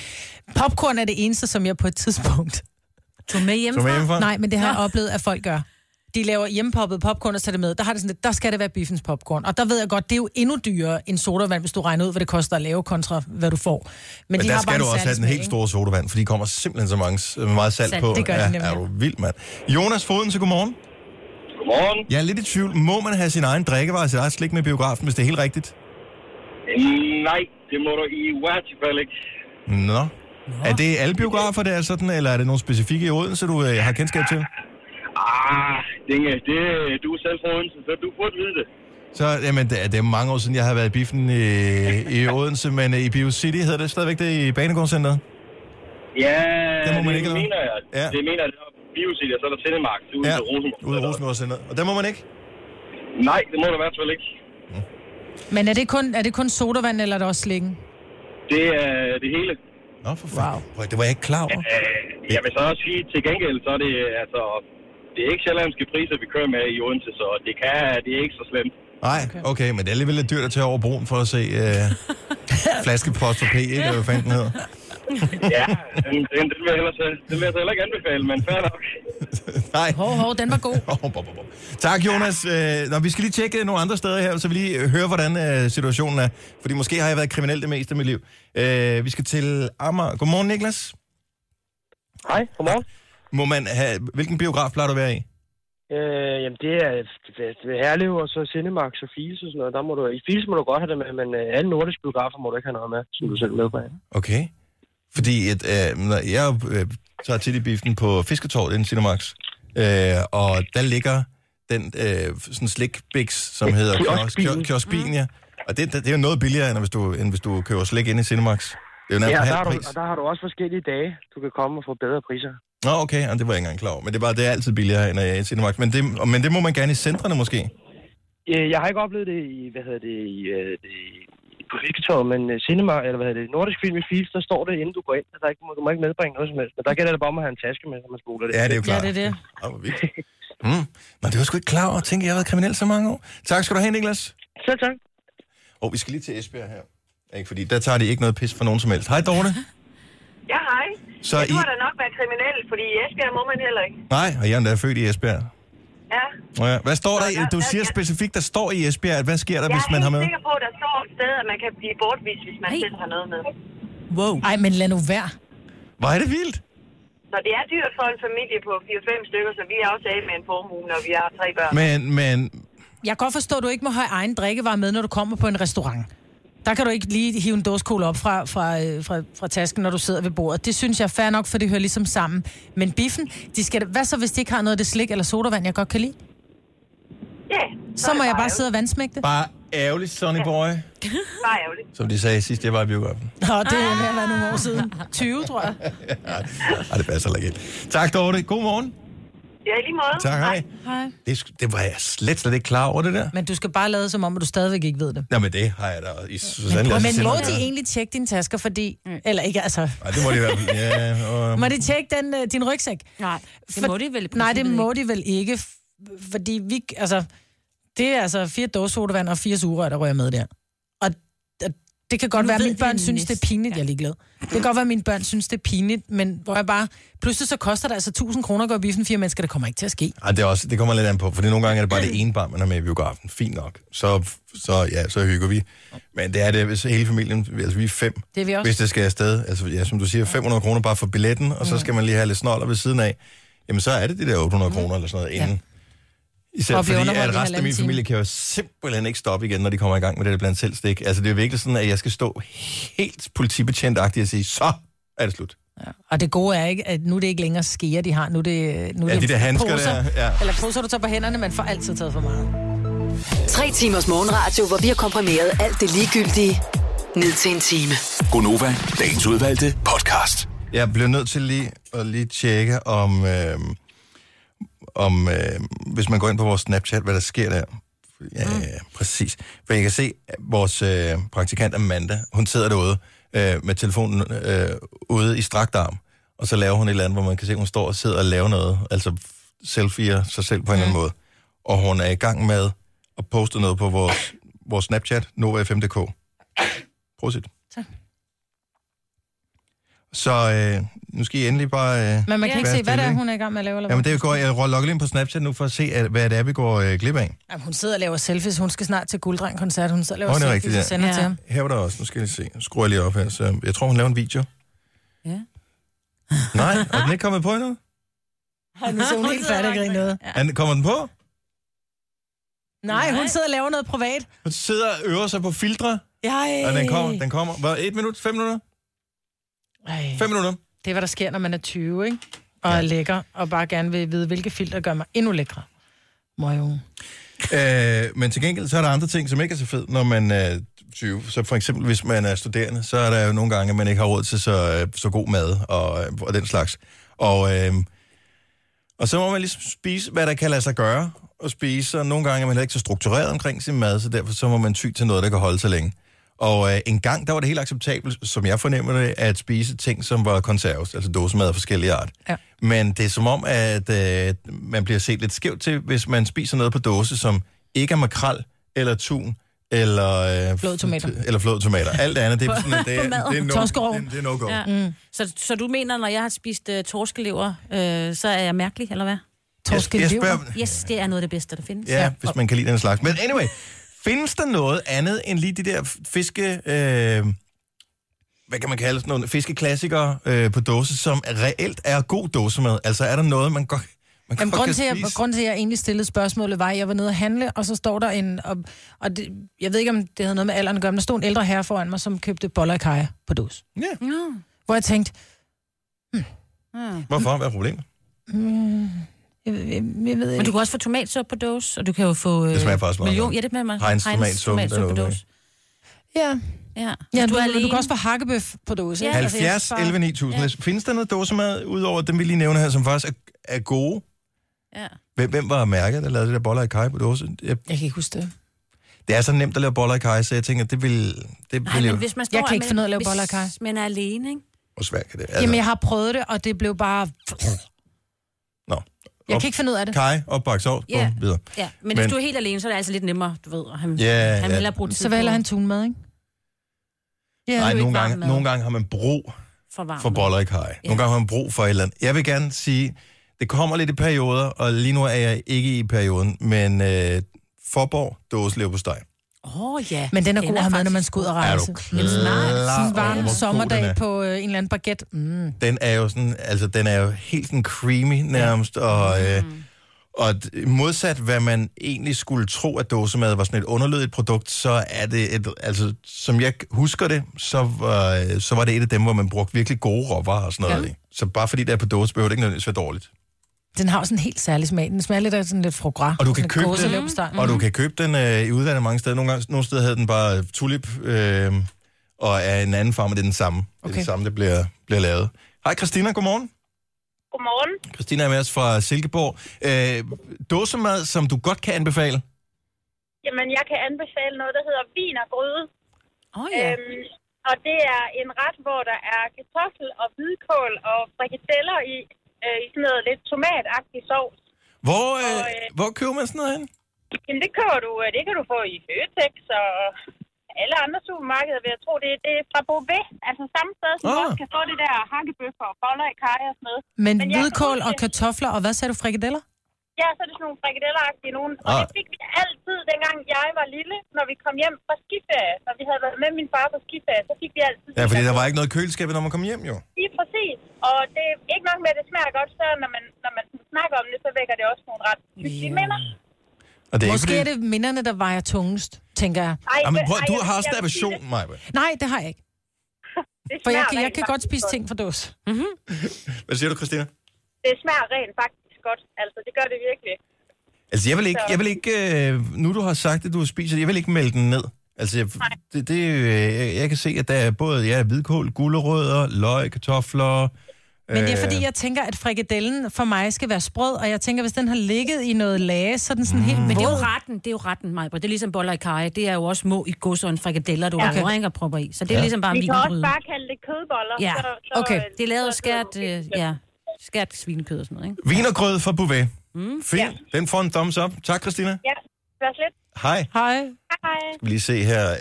Speaker 3: Popcorn er det eneste, som jeg på et tidspunkt...
Speaker 2: Tog med
Speaker 1: Som er
Speaker 2: hjemmefra.
Speaker 1: hjemmefra?
Speaker 3: Nej, men det har jeg oplevet, at folk gør. De laver hjemmepoppet popcorn og tager det med. Der, har det sådan, lidt, der skal det være biffens popcorn. Og der ved jeg godt, det er jo endnu dyrere end sodavand, hvis du regner ud, hvad det koster at lave kontra, hvad du får. Men,
Speaker 1: Men
Speaker 3: de
Speaker 1: der
Speaker 3: har bare
Speaker 1: skal
Speaker 3: en
Speaker 1: du også
Speaker 3: særlig
Speaker 1: have den
Speaker 3: smag,
Speaker 1: helt
Speaker 3: ikke?
Speaker 1: store sodavand, for de kommer simpelthen så mange, så meget salt,
Speaker 2: Salt,
Speaker 1: på.
Speaker 3: det gør de
Speaker 1: ja,
Speaker 3: nemlig,
Speaker 1: er
Speaker 3: ja.
Speaker 1: du vild, mand. Jonas Foden, så godmorgen.
Speaker 9: Godmorgen.
Speaker 1: Jeg er lidt i tvivl. Må man have sin egen drikkevarer og sit eget slik med i biografen, hvis det er helt rigtigt?
Speaker 9: Nej, det må du i hvert fald ikke.
Speaker 1: Nå. Nå. Er det alle biografer, der er sådan, eller er det nogle specifikke i Odense, du øh, har kendskab til?
Speaker 9: Ah, Dinge, det, du er selv fra Odense, så du burde vide det.
Speaker 1: Så, jamen, det er, det er mange år siden, jeg har været i biffen i, i Odense, men øh, i Bio City hedder det stadigvæk det i Banegårdscenteret.
Speaker 9: Ja,
Speaker 1: Det må man ikke, eller
Speaker 9: mener jeg.
Speaker 1: Ja.
Speaker 9: Ja. Det mener jeg, det er Biosidia, så er der Cindemark ude ja. i Rosenborg.
Speaker 1: ude i Rosenborgcenteret. Og der må man ikke?
Speaker 9: Nej, det må du i hvert fald ikke.
Speaker 3: Men er det kun, er det kun sodavand, eller er det også slikken?
Speaker 9: Det er det hele.
Speaker 1: Nå, for fanden. Wow. Det var jeg ikke klar over.
Speaker 9: Øh, jeg vil så også sige, til gengæld, så er det altså... Det er ikke sjællandske priser, vi kører med i Odense, så det, kan, det er ikke så slemt.
Speaker 1: Nej, okay. okay, men det er alligevel lidt dyrt at tage over broen for at se øh, flaskepost og P, ikke? Eller Hvad fanden den hedder.
Speaker 9: Ja, den, den, den, vil jeg ellers, øh, den vil jeg så heller ikke anbefale, men fair nok.
Speaker 1: Nej.
Speaker 3: Hov, hov, den var god.
Speaker 1: Hov, hov, hov. Tak, Jonas. Øh, Nå, vi skal lige tjekke nogle andre steder her, så vi lige hører, hvordan øh, situationen er. Fordi måske har jeg været kriminel det meste af mit liv. Øh, Vi skal til Amager. Godmorgen, Niklas.
Speaker 10: Hej, godmorgen.
Speaker 1: Må man have... Hvilken biograf plejer du at være i?
Speaker 10: Øh, jamen, det er det- det er Herlev og så Cinemax og Fields og sådan noget. Der må du, I Fields må du godt have det med, men øh, alle nordiske biografer må du ikke have noget med, som du selv med på.
Speaker 1: Okay. Fordi at, øh, når jeg øh, tager tit i biffen på Fisketorvet inden Cinemax, øh, og der ligger den øh, sådan slikbiks, som hedder
Speaker 10: kioskbilen.
Speaker 1: kiosk- kioskbilen, ja. Og det, det, det er jo noget billigere, end hvis du, end hvis du køber slik inde i Cinemax. Det er jo
Speaker 10: Ja,
Speaker 1: nærmest ja,
Speaker 10: og der,
Speaker 1: halv
Speaker 10: har du,
Speaker 1: pris.
Speaker 10: og der har du også forskellige dage, du kan komme og få bedre priser.
Speaker 1: Nå, okay, ja, det var jeg ikke engang klar over. Men det er bare, det er altid billigere, end øh, i Cinemax. Men det, og- men det må man gerne i centrene måske.
Speaker 10: Øh, Jeg har ikke oplevet det i, hvad hedder det, i, øh, det i- på Fisketorvet, men øh, Cinema, eller hvad hedder det, Nordisk Film i Fields, der står det, inden du går ind, at der ikke, må, du må ikke medbringe noget som helst. Men der gælder det bare om at have en taske med, når man spoler det.
Speaker 1: Ja, det er jo
Speaker 3: Ja,
Speaker 1: klart.
Speaker 3: det er det.
Speaker 1: Åh, hvor vildt. Mm. Nå, det var sgu ikke klar over. Tænk, jeg har været kriminel så mange år. Tak skal du have, Niklas.
Speaker 10: Selv tak.
Speaker 1: Og vi skal lige til Esbjerg her. Ikke, fordi der tager de ikke noget pis for nogen som helst. Hej, Dorte.
Speaker 8: Ja, hej.
Speaker 1: Så
Speaker 8: ja, du
Speaker 1: I-
Speaker 8: har da nok været kriminel, fordi i Esbjerg må man heller ikke.
Speaker 1: Nej, og jeg er endda født i Esbjerg.
Speaker 8: Ja.
Speaker 1: Nå Ja. Hvad står der?
Speaker 8: Nå, ja,
Speaker 1: i- Du
Speaker 8: ja,
Speaker 1: siger
Speaker 8: ja.
Speaker 1: specifikt, der står i Esbjerg, at hvad sker der,
Speaker 8: Jeg
Speaker 1: hvis
Speaker 8: er
Speaker 1: man har
Speaker 8: helt
Speaker 1: med?
Speaker 8: sikker på, at der står et sted, at man kan blive bortvist, hvis man
Speaker 2: Ej.
Speaker 8: selv har noget med.
Speaker 3: Wow. Ej, men lad nu være.
Speaker 1: Hvor er det vildt?
Speaker 8: Så det er dyrt for en familie på 4-5 stykker, så vi er også af med en formue, når vi har tre børn. Men...
Speaker 1: Men, men,
Speaker 3: Jeg kan godt forstå, at du ikke må have egen drikkevarer med, når du kommer på en restaurant. Der kan du ikke lige hive en dåskål op fra, fra, øh, fra, fra tasken, når du sidder ved bordet. Det synes jeg er fair nok, for det hører ligesom sammen. Men biffen, de skal, da- hvad så hvis de ikke har noget af det slik eller sodavand, jeg godt kan lide?
Speaker 11: Ja.
Speaker 3: Så må jeg bare sidde og vandsmægte det.
Speaker 1: Bare ærgerligt, Sonny Boy.
Speaker 11: Bare ærgerligt.
Speaker 1: Som de sagde sidst, jeg var i biografen.
Speaker 3: Nå, det er ved at være nogle år siden. 20, tror jeg.
Speaker 1: Ej, det passer heller ikke helt. Tak, Dorte. God morgen.
Speaker 11: Ja, i lige måde.
Speaker 1: Tak, hej.
Speaker 3: Hej.
Speaker 1: Det, sk- det var jeg slet, slet ikke klar over, det der.
Speaker 3: Men du skal bare lade som om, at du stadigvæk ikke ved det.
Speaker 1: Nå, men det har jeg da i sådan
Speaker 3: Prøv, men må de egentlig tjekke dine tasker, fordi... Eller ikke, altså...
Speaker 1: Nej, det må de i hvert fald. Ja, og,
Speaker 3: Må de tjekke den, øh, din rygsæk?
Speaker 2: Nej, det må de vel i
Speaker 3: Nej, det
Speaker 2: princippet
Speaker 3: må de vel ikke, f- fordi vi... Altså, det er altså fire dåser sodavand og fire sugerør, der rører med der. Og og det kan godt
Speaker 2: Nu
Speaker 3: være, at
Speaker 2: ved
Speaker 3: mine
Speaker 2: vi
Speaker 3: børn
Speaker 2: en
Speaker 3: synes, det er pinligt, jeg er ligeglad. Det kan godt være, at mine børn synes, det er pinligt, men hvor jeg bare... Pludselig så koster det altså 1000 kroner at gå i biffen fire mennesker, det kommer ikke til at ske.
Speaker 1: Ej, det, er også, det kommer lidt an på, for nogle gange er det bare det ene barn, man har med i biografen. Fint nok. Så, så, ja, så hygger vi. Men det er det, hvis hele familien, altså vi er fem,
Speaker 3: Det er vi også.
Speaker 1: hvis det skal afsted. Altså, ja, som du siger, 500 kroner bare for billetten, og så
Speaker 3: Mm.
Speaker 1: skal man lige have lidt snoller ved siden af. Jamen, så er det de der 800 kroner eller sådan noget inden. Især
Speaker 3: Og vi
Speaker 1: fordi,
Speaker 3: underholdt i
Speaker 1: at resten af
Speaker 3: halvanden
Speaker 1: min
Speaker 3: time.
Speaker 1: familie kan jo simpelthen ikke stoppe igen, når de kommer i gang med det der blandt selv stik. Altså, det er jo virkelig sådan, at jeg skal stå helt politibetjent-agtigt og sige, så er det slut.
Speaker 3: Og det gode er ikke, at nu er det ikke længere skeer, de har. Nu er det, øh, nu er
Speaker 1: Ja,
Speaker 3: det
Speaker 1: Altså, de der handsker
Speaker 3: poser,
Speaker 1: der, ja.
Speaker 3: Eller poser, du tager på hænderne, men får altid taget for meget.
Speaker 6: Tre timers morgenradio, hvor vi har komprimeret alt det ligegyldige ned til en time.
Speaker 4: Gonova, dagens udvalgte podcast.
Speaker 1: Jeg blev nødt til lige at lige tjekke om, øh, om øh, hvis man går ind på vores Snapchat, hvad der sker der. Ja, mm. præcis. For jeg kan se, at vores øh, praktikant Amanda, hun sidder derude øh, med telefonen øh, ude i strakt arm, og så laver hun et eller andet, hvor man kan se, at hun står og sidder og laver noget, altså selfier sig selv på en mm. eller anden måde. Og hun er i gang med at poste noget på vores, vores Snapchat, NovaFM.dk. Prosit.
Speaker 3: Tak.
Speaker 1: Så øh, nu skal I endelig bare... Øh,
Speaker 3: Men man kan ikke
Speaker 1: være
Speaker 3: se, hvad det er,
Speaker 1: stille,
Speaker 3: hun er i gang med at lave. Eller
Speaker 1: Jamen
Speaker 3: hvad?
Speaker 1: det går jeg ro- logger lige ind på Snapchat nu for at se, at, hvad det er, vi går øh, glip af.
Speaker 3: Jamen, hun sidder og laver selfies. Hun skal snart til Gulddreng-koncert. Hun sidder og laver
Speaker 1: Åh, det er
Speaker 3: selfies
Speaker 1: rigtigt,
Speaker 3: og sender
Speaker 1: ja.
Speaker 3: til ham.
Speaker 1: Her var der også, nu skal jeg lige se. Nu Skruer jeg lige op her, så jeg tror, hun laver en video.
Speaker 2: Ja.
Speaker 1: Nej, er den ikke kommet på endnu?
Speaker 3: Og nu ser hun helt færdig og griner noget.
Speaker 1: Er den- Kommer den på?
Speaker 3: Nej, hun sidder og laver noget privat.
Speaker 1: Hun sidder og øver sig på filtre,
Speaker 3: Ej.
Speaker 1: og den kommer.
Speaker 3: Øh.
Speaker 1: Den kommer. Hvad, et minut? Fem minutter?
Speaker 3: Ej.
Speaker 1: Fem minutter.
Speaker 3: Det er, hvad der sker, når man er 20, ikke? Og er lækker, og bare gerne vil vide, hvilke filter gør mig endnu lækre. Møgung.
Speaker 1: Øh, men til gengæld, så er der andre ting, som ikke er så fed, når man er 20. Så for eksempel, hvis man er studerende, så er der jo nogle gange, at man ikke har råd til så, øh, så god mad og, øh, og den slags. Og, øh, og så må man ligesom spise, hvad der kan lade sig gøre og spise, og nogle gange er man heller ikke så struktureret omkring sin mad, så derfor så må man ty til noget, der kan holde sig længe. Og øh, en gang, der var det helt acceptabelt, som jeg fornemmer det, at spise ting, som var konserves, altså dåsemad af forskellige art.
Speaker 3: Ja.
Speaker 1: Men det er som om, at øh, man bliver set lidt skævt til, hvis man spiser noget på dåse, som ikke er makrel, eller tun, eller... Øh,
Speaker 3: Flådtomater.
Speaker 1: t- Eller flådtomater. Alt andet, det er sådan, at det, er,
Speaker 2: På
Speaker 1: det,
Speaker 2: maden.
Speaker 1: er no,
Speaker 2: Torskerov.
Speaker 1: det, det er no-go. Ja.
Speaker 2: Mm. Så, så du mener, når jeg har spist uh, torskelever, øh, så er jeg mærkelig, eller hvad?
Speaker 1: Torskelever? Jeg spørger-
Speaker 2: Yes, det er noget af det bedste, der findes.
Speaker 1: Ja, hvis man kan lide den slags. Men anyway, findes der noget andet end lige de der fiske... Øh, hvad kan man kalde sådan nogle fiskeklassikere øh, på dåse, som reelt er god dåsemad? Altså er der noget, man godt, man
Speaker 3: Jamen,
Speaker 1: godt kan
Speaker 3: grunden, til, at,
Speaker 1: spise?
Speaker 3: grunden til, at jeg egentlig stillede spørgsmålet, var, at jeg var nede og handle, og så står der en... Og, og det, jeg ved ikke, om det havde noget med alderen at gøre, men der stod en ældre herre foran mig, som købte boller og kaja på dåse.
Speaker 1: Ja.
Speaker 3: Hvor jeg tænkte,
Speaker 1: Hvorfor? Hvad er problemet?
Speaker 3: mm, jeg, jeg, jeg, ved
Speaker 2: Men du kan også få tomatsuppe på dåse, og du kan jo få... Øh,
Speaker 1: Det smager faktisk meget
Speaker 2: million,
Speaker 1: godt.
Speaker 2: Ja, det smager meget
Speaker 1: Heinz tomatsuppe, den er
Speaker 2: på
Speaker 1: okay.
Speaker 2: dåse.
Speaker 3: Ja.
Speaker 2: Ja,
Speaker 3: Ja,
Speaker 2: Hvis
Speaker 3: du,
Speaker 2: er
Speaker 3: du, du
Speaker 2: alene.
Speaker 3: kan også få hakkebøf på dåse.
Speaker 1: Ja,
Speaker 3: ikke? Altså, jeg
Speaker 1: 70,
Speaker 3: sparer-
Speaker 1: 11, 9000. Ja. Findes der noget dåsemad, udover dem, vi lige nævner her, som faktisk er, er gode?
Speaker 2: Ja.
Speaker 1: Hvem, hvem var mærket, der lavede det der boller i kaj på dåse? Jeg,
Speaker 3: jeg kan ikke huske det.
Speaker 1: Det er så nemt at lave boller i kaj, så jeg tænker, det vil... Det
Speaker 2: Nej,
Speaker 1: vil
Speaker 2: men hvis man står
Speaker 3: Jeg kan ikke
Speaker 2: alene-
Speaker 3: finde ud af at lave
Speaker 2: hvis
Speaker 3: boller og kaj.
Speaker 2: man er alene, ikke?
Speaker 1: Hvor svært kan det? Altså,
Speaker 3: Jamen, jeg har prøvet det, og det blev bare...
Speaker 1: Nå.
Speaker 3: Jeg kan ikke finde ud af det.
Speaker 1: Kaj, opbagt sovs,
Speaker 2: Ja.
Speaker 1: yeah. videre.
Speaker 2: Ja, men, men hvis du er helt alene, så er det altså lidt nemmere, du ved. Og han,
Speaker 1: Ja, ja.
Speaker 2: han vil hellere bruge tid
Speaker 3: Så vælger han tunmad, ikke? Ja,
Speaker 1: Nej,
Speaker 3: det er jo
Speaker 1: nogle
Speaker 3: ikke varm
Speaker 1: gange,
Speaker 3: mad.
Speaker 1: nogle gange har man brug
Speaker 2: for, varm
Speaker 1: for
Speaker 2: mad.
Speaker 1: boller i kaj. Yeah. Nogle gange har man brug for et eller andet. Jeg vil gerne sige, det kommer lidt i perioder, og lige nu er jeg ikke i perioden, men øh, Forborg, dåselev på steg.
Speaker 2: Åh, oh, ja.
Speaker 3: Men den er god at have med, når man skal ud og
Speaker 1: Er
Speaker 3: rejse.
Speaker 1: du klar
Speaker 3: Sådan en
Speaker 1: over, hvor
Speaker 3: varm
Speaker 1: god den er?
Speaker 3: sommerdag på øh, en eller anden baguette. Mm. Mm.
Speaker 1: Den er jo sådan, altså den er jo helt en creamy nærmest, og, øh, Og d- modsat hvad man egentlig skulle tro, at dåsemad var sådan et underlødigt produkt, så er det et, altså som jeg husker det, så var, så var det et af dem, hvor man brugte virkelig gode råvarer og sådan noget. Ja. Så bare fordi det er på dåse, behøver det ikke nødvendigvis være dårligt.
Speaker 3: Den har jo sådan en helt særlig smag. Den smager lidt af sådan lidt foie gras.
Speaker 1: Og du kan
Speaker 3: Sådan
Speaker 1: købe
Speaker 3: kogset
Speaker 1: den,
Speaker 3: leverpostej.
Speaker 1: og du kan købe den øh, i udlandet mange steder. Nogle, gange, nogle steder havde den bare tulip, øh, og af en anden farve, men det er den samme. Okay. Det er
Speaker 12: Okay.
Speaker 1: det samme, det bliver, bliver lavet. Hej Christina, godmorgen.
Speaker 11: Godmorgen.
Speaker 1: Christina er med os fra Silkeborg. Øh, dåsemad, som du godt kan anbefale.
Speaker 11: Jamen, jeg kan anbefale noget, der hedder vin og gryde.
Speaker 2: Oh,
Speaker 11: ja. øhm, og det er en ret, hvor der er kartoffel og hvidkål og frikadeller i, øh, i sådan noget lidt tomatagtig sovs.
Speaker 1: Hvor, øh,
Speaker 11: Og, øh,
Speaker 1: hvor køber man sådan noget hen?
Speaker 11: Jamen, det, køber du, øh, det kan du få i Føtex og alle andre supermarkeder, vil jeg tro. Det, det er fra Bové, altså samme sted, som
Speaker 3: Ah.
Speaker 11: ah. kan få det der hakkebøffer og boller i kaj og sådan noget. jeg
Speaker 3: Men, Men
Speaker 11: kan
Speaker 3: hvidkål
Speaker 11: huske
Speaker 3: og
Speaker 11: det.
Speaker 3: kartofler, og hvad sagde du, frikadeller?
Speaker 11: Ja, så er det sådan nogle frikadelleragtige nogen. Og
Speaker 3: Ah.
Speaker 11: det fik vi altid, dengang jeg var lille, når vi kom hjem fra skiferie. Når vi havde været med min far på skiferie, så fik vi altid...
Speaker 1: Ja, fordi der var ikke noget i køleskabet, når man kom hjem, jo.
Speaker 11: Lige præcis. Og det er ikke nok med, at det smager godt, så når man, når man sådan snakker om det, så vækker det også nogle ret hyggelige minder.
Speaker 1: Og det er
Speaker 3: Måske
Speaker 1: ikke,
Speaker 3: er det minderne, der vejer tungest, tænker jeg.
Speaker 11: Ej,
Speaker 1: Jamen, prøv, du
Speaker 11: jeg-
Speaker 1: har også
Speaker 11: jeg
Speaker 1: en
Speaker 11: vil sige
Speaker 1: aversion, Maja.
Speaker 3: Nej, det har jeg ikke.
Speaker 11: Det
Speaker 3: For jeg,
Speaker 11: smager
Speaker 3: kan- jeg
Speaker 11: rent
Speaker 3: kan godt
Speaker 11: faktisk
Speaker 3: spise ting fra dåse. Mm-hmm.
Speaker 1: Hvad siger du, Christina?
Speaker 11: Det smager rent faktisk godt. Altså, det gør det virkelig.
Speaker 1: Altså, jeg vil ikke,
Speaker 11: Så-
Speaker 1: jeg vil ikke øh, nu du har sagt det, du spiser, jeg vil ikke melde den ned. Altså, jeg, det, det, øh, jeg- jeg kan se, at der er både ja, hvidkål, gulerødder, løg, kartofler.
Speaker 3: Men det er
Speaker 13: Øh.
Speaker 3: fordi, jeg tænker, at frikadellen for mig skal være sprød, og jeg tænker, hvis den har ligget i noget lage, så er den sådan mm. helt...
Speaker 2: Men det er jo
Speaker 3: våd.
Speaker 2: retten, det er jo retten, Maja. Det er ligesom boller i kaj. Det er jo også små i gods og en frikadeller, du
Speaker 3: Ja.
Speaker 2: ja. har ikke og propper i. Så det er
Speaker 3: Ja.
Speaker 2: ja. ligesom bare
Speaker 11: Vi
Speaker 2: en
Speaker 11: kan også
Speaker 2: vinegryde.
Speaker 11: bare kalde det kødboller.
Speaker 2: Ja,
Speaker 11: Så, så,
Speaker 2: okay.
Speaker 11: øh,
Speaker 2: Det er lavet af skært, øh, ja, skært svinekød og sådan noget, ikke?
Speaker 1: Vinergrød fra Bouvet. Mm. Fint. Ja. Den får en thumbs up. Tak, Christina.
Speaker 11: Ja, vær slet.
Speaker 1: Hej.
Speaker 3: Hej.
Speaker 11: Hej.
Speaker 1: Skal vi lige se her. Øh,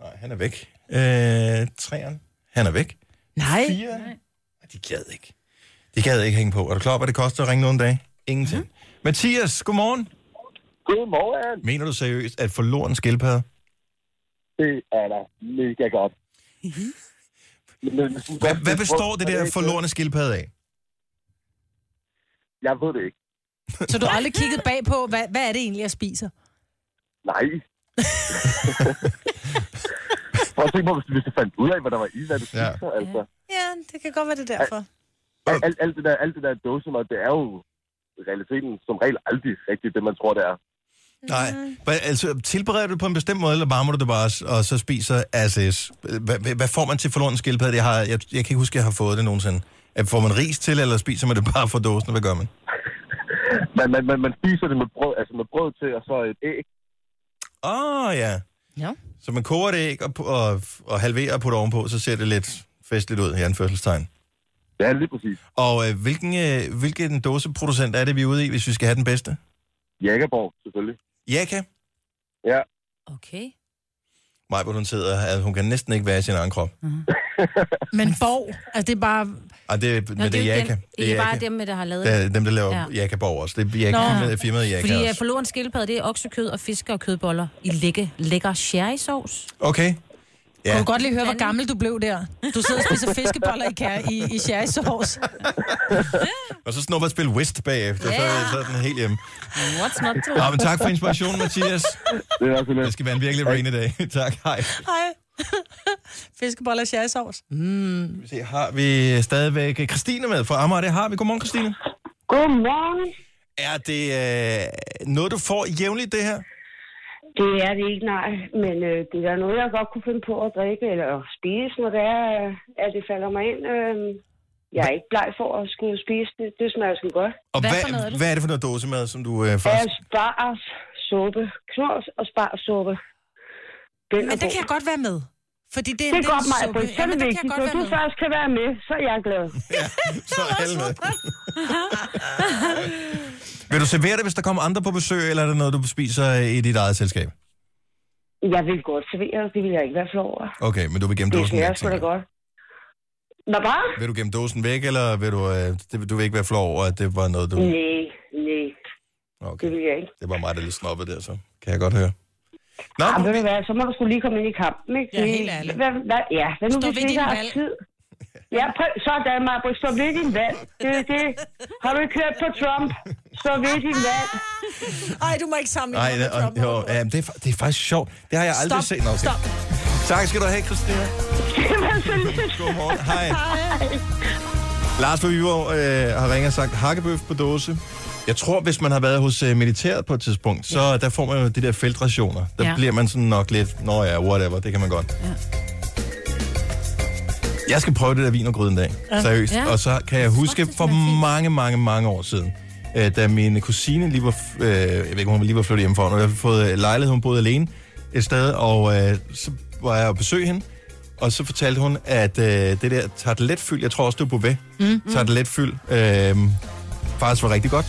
Speaker 1: nej, han er væk. Øh, træeren. Han er væk.
Speaker 3: Nej.
Speaker 1: Fire. De gad ikke. De gad ikke hænge på. Er du klar over, hvad det koster at ringe nogle dage? Ingenting. Mm. Mathias, godmorgen.
Speaker 14: Godmorgen.
Speaker 1: Mener du seriøst, at forloren skildpadde?
Speaker 14: Det er da mega godt.
Speaker 1: Hvad, hvad består det
Speaker 8: øh?
Speaker 1: der forlorene skildpadde af?
Speaker 14: Jeg ved det ikke.
Speaker 3: Så du har aldrig kigget bag på, hvad, hvad er det egentlig, jeg spiser?
Speaker 14: Nej. Prøv at tænke på, hvis, hvis du fandt ud af, hvad der var i, hvad du spiser. Ja. Altså,
Speaker 3: Ja, det kan godt være, det er derfor.
Speaker 14: alt, alt, alt, det der, alt det der dåsemad, det er jo i realiteten som regel aldrig rigtigt det, man tror, det er.
Speaker 1: Nej. Hvad, altså, tilbereder du det på en bestemt måde, eller varmer du det bare, s- og så spiser as is? Hvad, hvad- hvad får man til forlorene skildpadde? Jeg, har, jeg, jeg kan ikke huske, at jeg har fået det nogensinde. At Får man ris til, eller spiser man det bare fra dåsen? Hvad gør man?
Speaker 14: Man, man, man, man spiser det med brød, altså med brød til, og så et æg.
Speaker 1: Åh, oh, ja.
Speaker 3: ja.
Speaker 1: Så man koger det æg og, pu- og, og halverer og putter ovenpå, så ser det lidt festligt ud i anførselstegn.
Speaker 14: Ja, lige præcis.
Speaker 1: Og øh, hvilken, øh, hvilken dåseproducent er det, vi er ude i, hvis vi skal have den bedste?
Speaker 14: Jækkerborg, selvfølgelig.
Speaker 1: Jaka.
Speaker 14: Ja.
Speaker 2: Okay.
Speaker 1: Maja, hun sidder, altså, hun kan næsten ikke være i sin egen krop.
Speaker 3: Men borg, altså det er bare...
Speaker 1: Ej, det, men
Speaker 2: Nå,
Speaker 1: det, det er Jaka.
Speaker 2: Den, det er
Speaker 1: Jaka.
Speaker 2: bare dem, der har lavet
Speaker 1: Der, er Øh, dem, der laver
Speaker 2: Ja.
Speaker 1: ja. Jakaborg også. Det er Jaka, med firmaet Jaka
Speaker 2: Fordi
Speaker 1: også.
Speaker 2: øh, forloren skildpadde, det er oksekød og fiske og kødboller i lække, lækker sherrysauce.
Speaker 1: Okay.
Speaker 3: Ja. Kunne du godt lige høre, hvor gammel du blev der? Du sidder og spiser fiskeboller i, kær, i, i sherrysauce.
Speaker 1: Og så snupper at spille Whist bagefter,
Speaker 3: Ja.
Speaker 1: yeah. så, så er den helt hjemme.
Speaker 2: What's not to?
Speaker 1: Nå, men tak for inspirationen, Mathias.
Speaker 14: Det, er
Speaker 1: det skal være en virkelig rainy dag. tak, hej.
Speaker 3: Hej. Fiskeboller i sherrysauce. Mm.
Speaker 1: Vi se, Har vi stadigvæk Christine med fra Amager? Det har vi. Godmorgen, Christine.
Speaker 13: Godmorgen.
Speaker 1: Er det øh, noget, du får jævnligt, det her?
Speaker 13: Det er det ikke, nej. Men øh, det er da noget, jeg godt kunne finde på at drikke eller spise, når det er, øh, at det falder mig ind. Øh, jeg er ikke bleg for at skulle spise det. Det smager sgu godt.
Speaker 1: Og hvad, hvad, hvad er det for noget dåsemad, som du øh,
Speaker 13: Er
Speaker 1: først...
Speaker 13: spars suppe. Knors og spars suppe.
Speaker 3: Men det kan jeg godt være med. Fordi det,
Speaker 13: Det er godt, Maja.
Speaker 3: suppe.
Speaker 13: Så er
Speaker 3: Jamen,
Speaker 13: det
Speaker 3: der kan
Speaker 13: vigtigt.
Speaker 3: jeg godt
Speaker 13: Når
Speaker 3: være
Speaker 13: du
Speaker 3: med.
Speaker 13: først kan være med, så er jeg glad.
Speaker 1: Så er alle med. Vil du servere det, hvis der kommer andre på besøg, eller er det noget, du spiser i dit eget selskab?
Speaker 13: Jeg vil godt servere, det vil jeg ikke være flov over.
Speaker 1: Okay, men du vil gemme
Speaker 13: Det
Speaker 1: dåsen
Speaker 13: smager
Speaker 1: væk,
Speaker 13: sgu
Speaker 1: tænker
Speaker 13: da
Speaker 1: jeg.
Speaker 13: godt. Nå, bare?
Speaker 1: Vil du gemme dåsen væk, eller vil du, øh, det, du vil ikke være flov over, at det var noget, du...
Speaker 13: Nej, nej.
Speaker 1: Okay.
Speaker 13: Det vil jeg ikke.
Speaker 1: Det var mig, der lidt snobbede der, så kan jeg godt høre. Nå,
Speaker 13: Ej, ved du hvad, så må du skulle lige komme ind i kampen, ikke?
Speaker 3: Ja,
Speaker 13: Det-
Speaker 3: helt ærligt.
Speaker 13: Hvad, hvad, ja, hvad nu
Speaker 3: Stå
Speaker 13: hvis vi
Speaker 3: ved
Speaker 13: ikke
Speaker 3: din
Speaker 13: har
Speaker 3: valg.
Speaker 13: tid? Ja, prøv, sådan, Marbro, stå ved din valg. Det, er det. Har du ikke hørt på Trump? Så ved din mand.
Speaker 3: Ej, du må ikke sammenligne
Speaker 1: Nej,
Speaker 3: mig
Speaker 1: det,
Speaker 3: med
Speaker 1: og, jo, ja, det, er, fa- det er faktisk sjovt. Det har jeg aldrig
Speaker 3: Stop,
Speaker 1: set noget
Speaker 3: stop.
Speaker 1: Tak skal du have, Christina.
Speaker 13: Jamen, så lidt.
Speaker 1: Godmorgen. Hej.
Speaker 13: Hej.
Speaker 1: Lars fra Viborg øh, har ringet og sagt hakkebøf på dåse. Jeg tror, hvis man har været hos øh, militæret på et tidspunkt, så ja. der får man jo de der feltrationer. Der
Speaker 12: Ja.
Speaker 1: ja. bliver man sådan nok lidt, nå ja, whatever, det kan man godt. Ja. Jeg skal prøve det der vin og gryde en dag,
Speaker 12: Ja.
Speaker 1: ja. seriøst.
Speaker 12: Ja.
Speaker 1: Ja. Og så kan jeg huske for mange, mange, mange år siden, øh, da min kusine lige var, f- øh, jeg ved ikke, om hun lige var flyttet hjemmefra, hun havde fået øh, lejlighed, hun boede alene et sted, og øh, så var jeg og besøg hende, og så fortalte hun, at øh, det der tarteletfyld, jeg tror også, det var bouvet,
Speaker 3: Mm.
Speaker 1: mm. tarteletfyld, øh, faktisk var rigtig godt.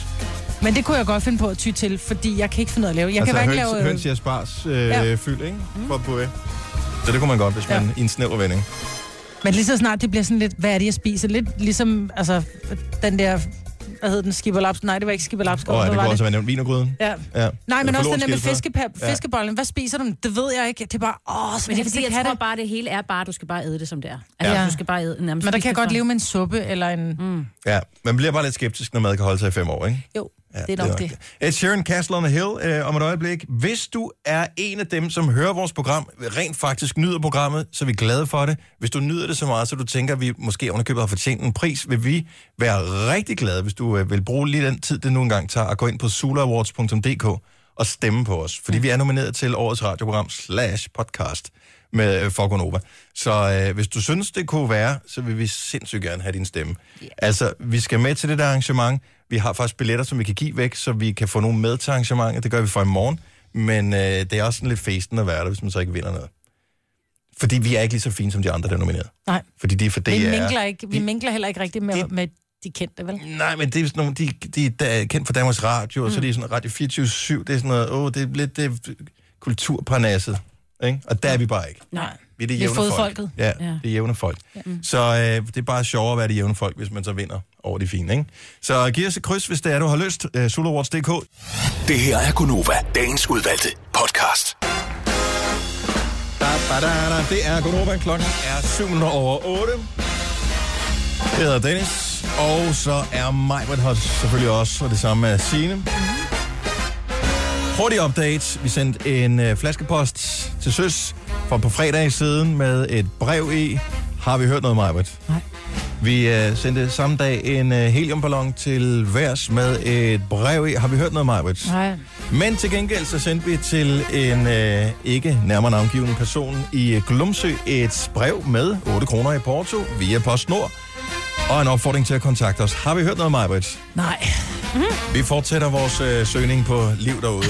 Speaker 3: Men det kunne jeg godt finde på at ty til, fordi jeg kan ikke finde noget at lave. Jeg
Speaker 1: altså
Speaker 3: kan
Speaker 1: høns,
Speaker 3: hverken lave... øh,
Speaker 1: høns i asparges øh,
Speaker 3: Ja. Mm.
Speaker 1: ja. fyld, ikke? For bouvet. Så det kunne man godt, hvis man ja. i en snæver vending.
Speaker 3: Men lige så snart det bliver sådan lidt, hvad er det, jeg spiser? Lidt ligesom, altså, den der, hvad hed den, skibberlaps? Nej, det var ikke skibberlapskål.
Speaker 1: Åh, oh, ja, det kunne
Speaker 3: var
Speaker 1: også være nævnt vinergryden.
Speaker 3: Ja.
Speaker 1: Ja.
Speaker 3: Nej, men
Speaker 1: Eller
Speaker 3: også den der med
Speaker 1: forlorskildpadder.
Speaker 3: fiskepap,
Speaker 1: Ja.
Speaker 3: fiskebollen. Hvad spiser du? Det ved jeg ikke. Det er bare, åh, så
Speaker 2: Men det er
Speaker 3: vil
Speaker 2: fordi,
Speaker 3: ikke
Speaker 2: jeg
Speaker 3: have
Speaker 2: tror
Speaker 3: det.
Speaker 2: bare, det hele er bare, at du skal bare æde det, som det er. Altså,
Speaker 3: Ja.
Speaker 2: ja. du skal bare æde nærmest.
Speaker 3: Men der
Speaker 2: spise
Speaker 3: kan jeg
Speaker 2: det
Speaker 3: godt
Speaker 2: sådan.
Speaker 3: leve med en suppe eller en... Mm.
Speaker 1: Ja, man bliver bare lidt skeptisk, når mad kan holde sig i fem år, ikke?
Speaker 3: Jo,
Speaker 1: Ja,
Speaker 3: det er nok det.
Speaker 1: Ed Sheeran, Castle on a Hill, øh, om et øjeblik. Hvis du er en af dem, som hører vores program, rent faktisk nyder programmet, så er vi glade for det. Hvis du nyder det så meget, så du tænker, at vi måske underkøbet har fortjent en pris, vil vi være rigtig glade, hvis du øh, vil bruge lige den tid, det nu engang tager, at gå ind på sulaawards.dk og stemme på os. Fordi vi er nomineret til årets radioprogram slash podcast med øh, Fogonova. Så øh, hvis du synes, det kunne være, så vil vi sindssygt gerne have din stemme. Yeah. Altså, vi skal med til det der arrangement. Vi har faktisk billetter, som vi kan give væk, så vi kan få nogle med til arrangementet. Det gør vi fra i morgen. Men øh, det er også sådan lidt festen at være der, hvis man så ikke vinder noget. Fordi vi er ikke lige så fine som de andre, der er nomineret.
Speaker 3: Nej.
Speaker 1: Fordi de er for DR.
Speaker 3: Vi minkler, ikke, vi minkler heller ikke rigtigt med, med de kendte, vel?
Speaker 1: Nej, men det er sådan nogle, de, de er da- kendt for Danmarks Radio, mm. og så er de sådan Radio 24-7, det er sådan noget, åh, det er lidt det er kulturparnasset, ikke? Og der er vi bare ikke.
Speaker 3: Nej.
Speaker 1: Vi er det
Speaker 3: Vi er
Speaker 1: jævne folk.
Speaker 3: fodfolket.
Speaker 1: Ja, ja,
Speaker 3: Ja.
Speaker 1: det er jævne folk. Ja. Så øh, det er bare sjovere at være det jævne folk, hvis man så vinder over de fine, ikke? Så giv os et kryds, hvis det er, du har lyst. Øh, Sulawards.dk.
Speaker 4: Det her er Gunova, dagens udvalgte podcast.
Speaker 1: Da, da, da, da. Det er Gunova. Klokken er 7 minutter over 8. Jeg hedder Dennis, og så er Majbert her selvfølgelig også, og det samme er Signe. Hurtig update. Vi sendte en øh, flaskepost til søs fra på fredag i siden med et brev i. Har vi hørt noget, Majbert? Nej. Vi øh, sendte samme dag en øh, heliumballon til værs med et brev i. Har vi hørt noget, Majbert?
Speaker 3: Nej.
Speaker 1: Men til gengæld så sendte vi til en øh, ikke nærmere navngiven person i øh, Glumsø et brev med 8 kroner i porto via PostNord og en opfordring til at kontakte os. Har vi hørt noget, Majbrit?
Speaker 3: Nej.
Speaker 1: Vi fortsætter vores øh, søgning på liv derude.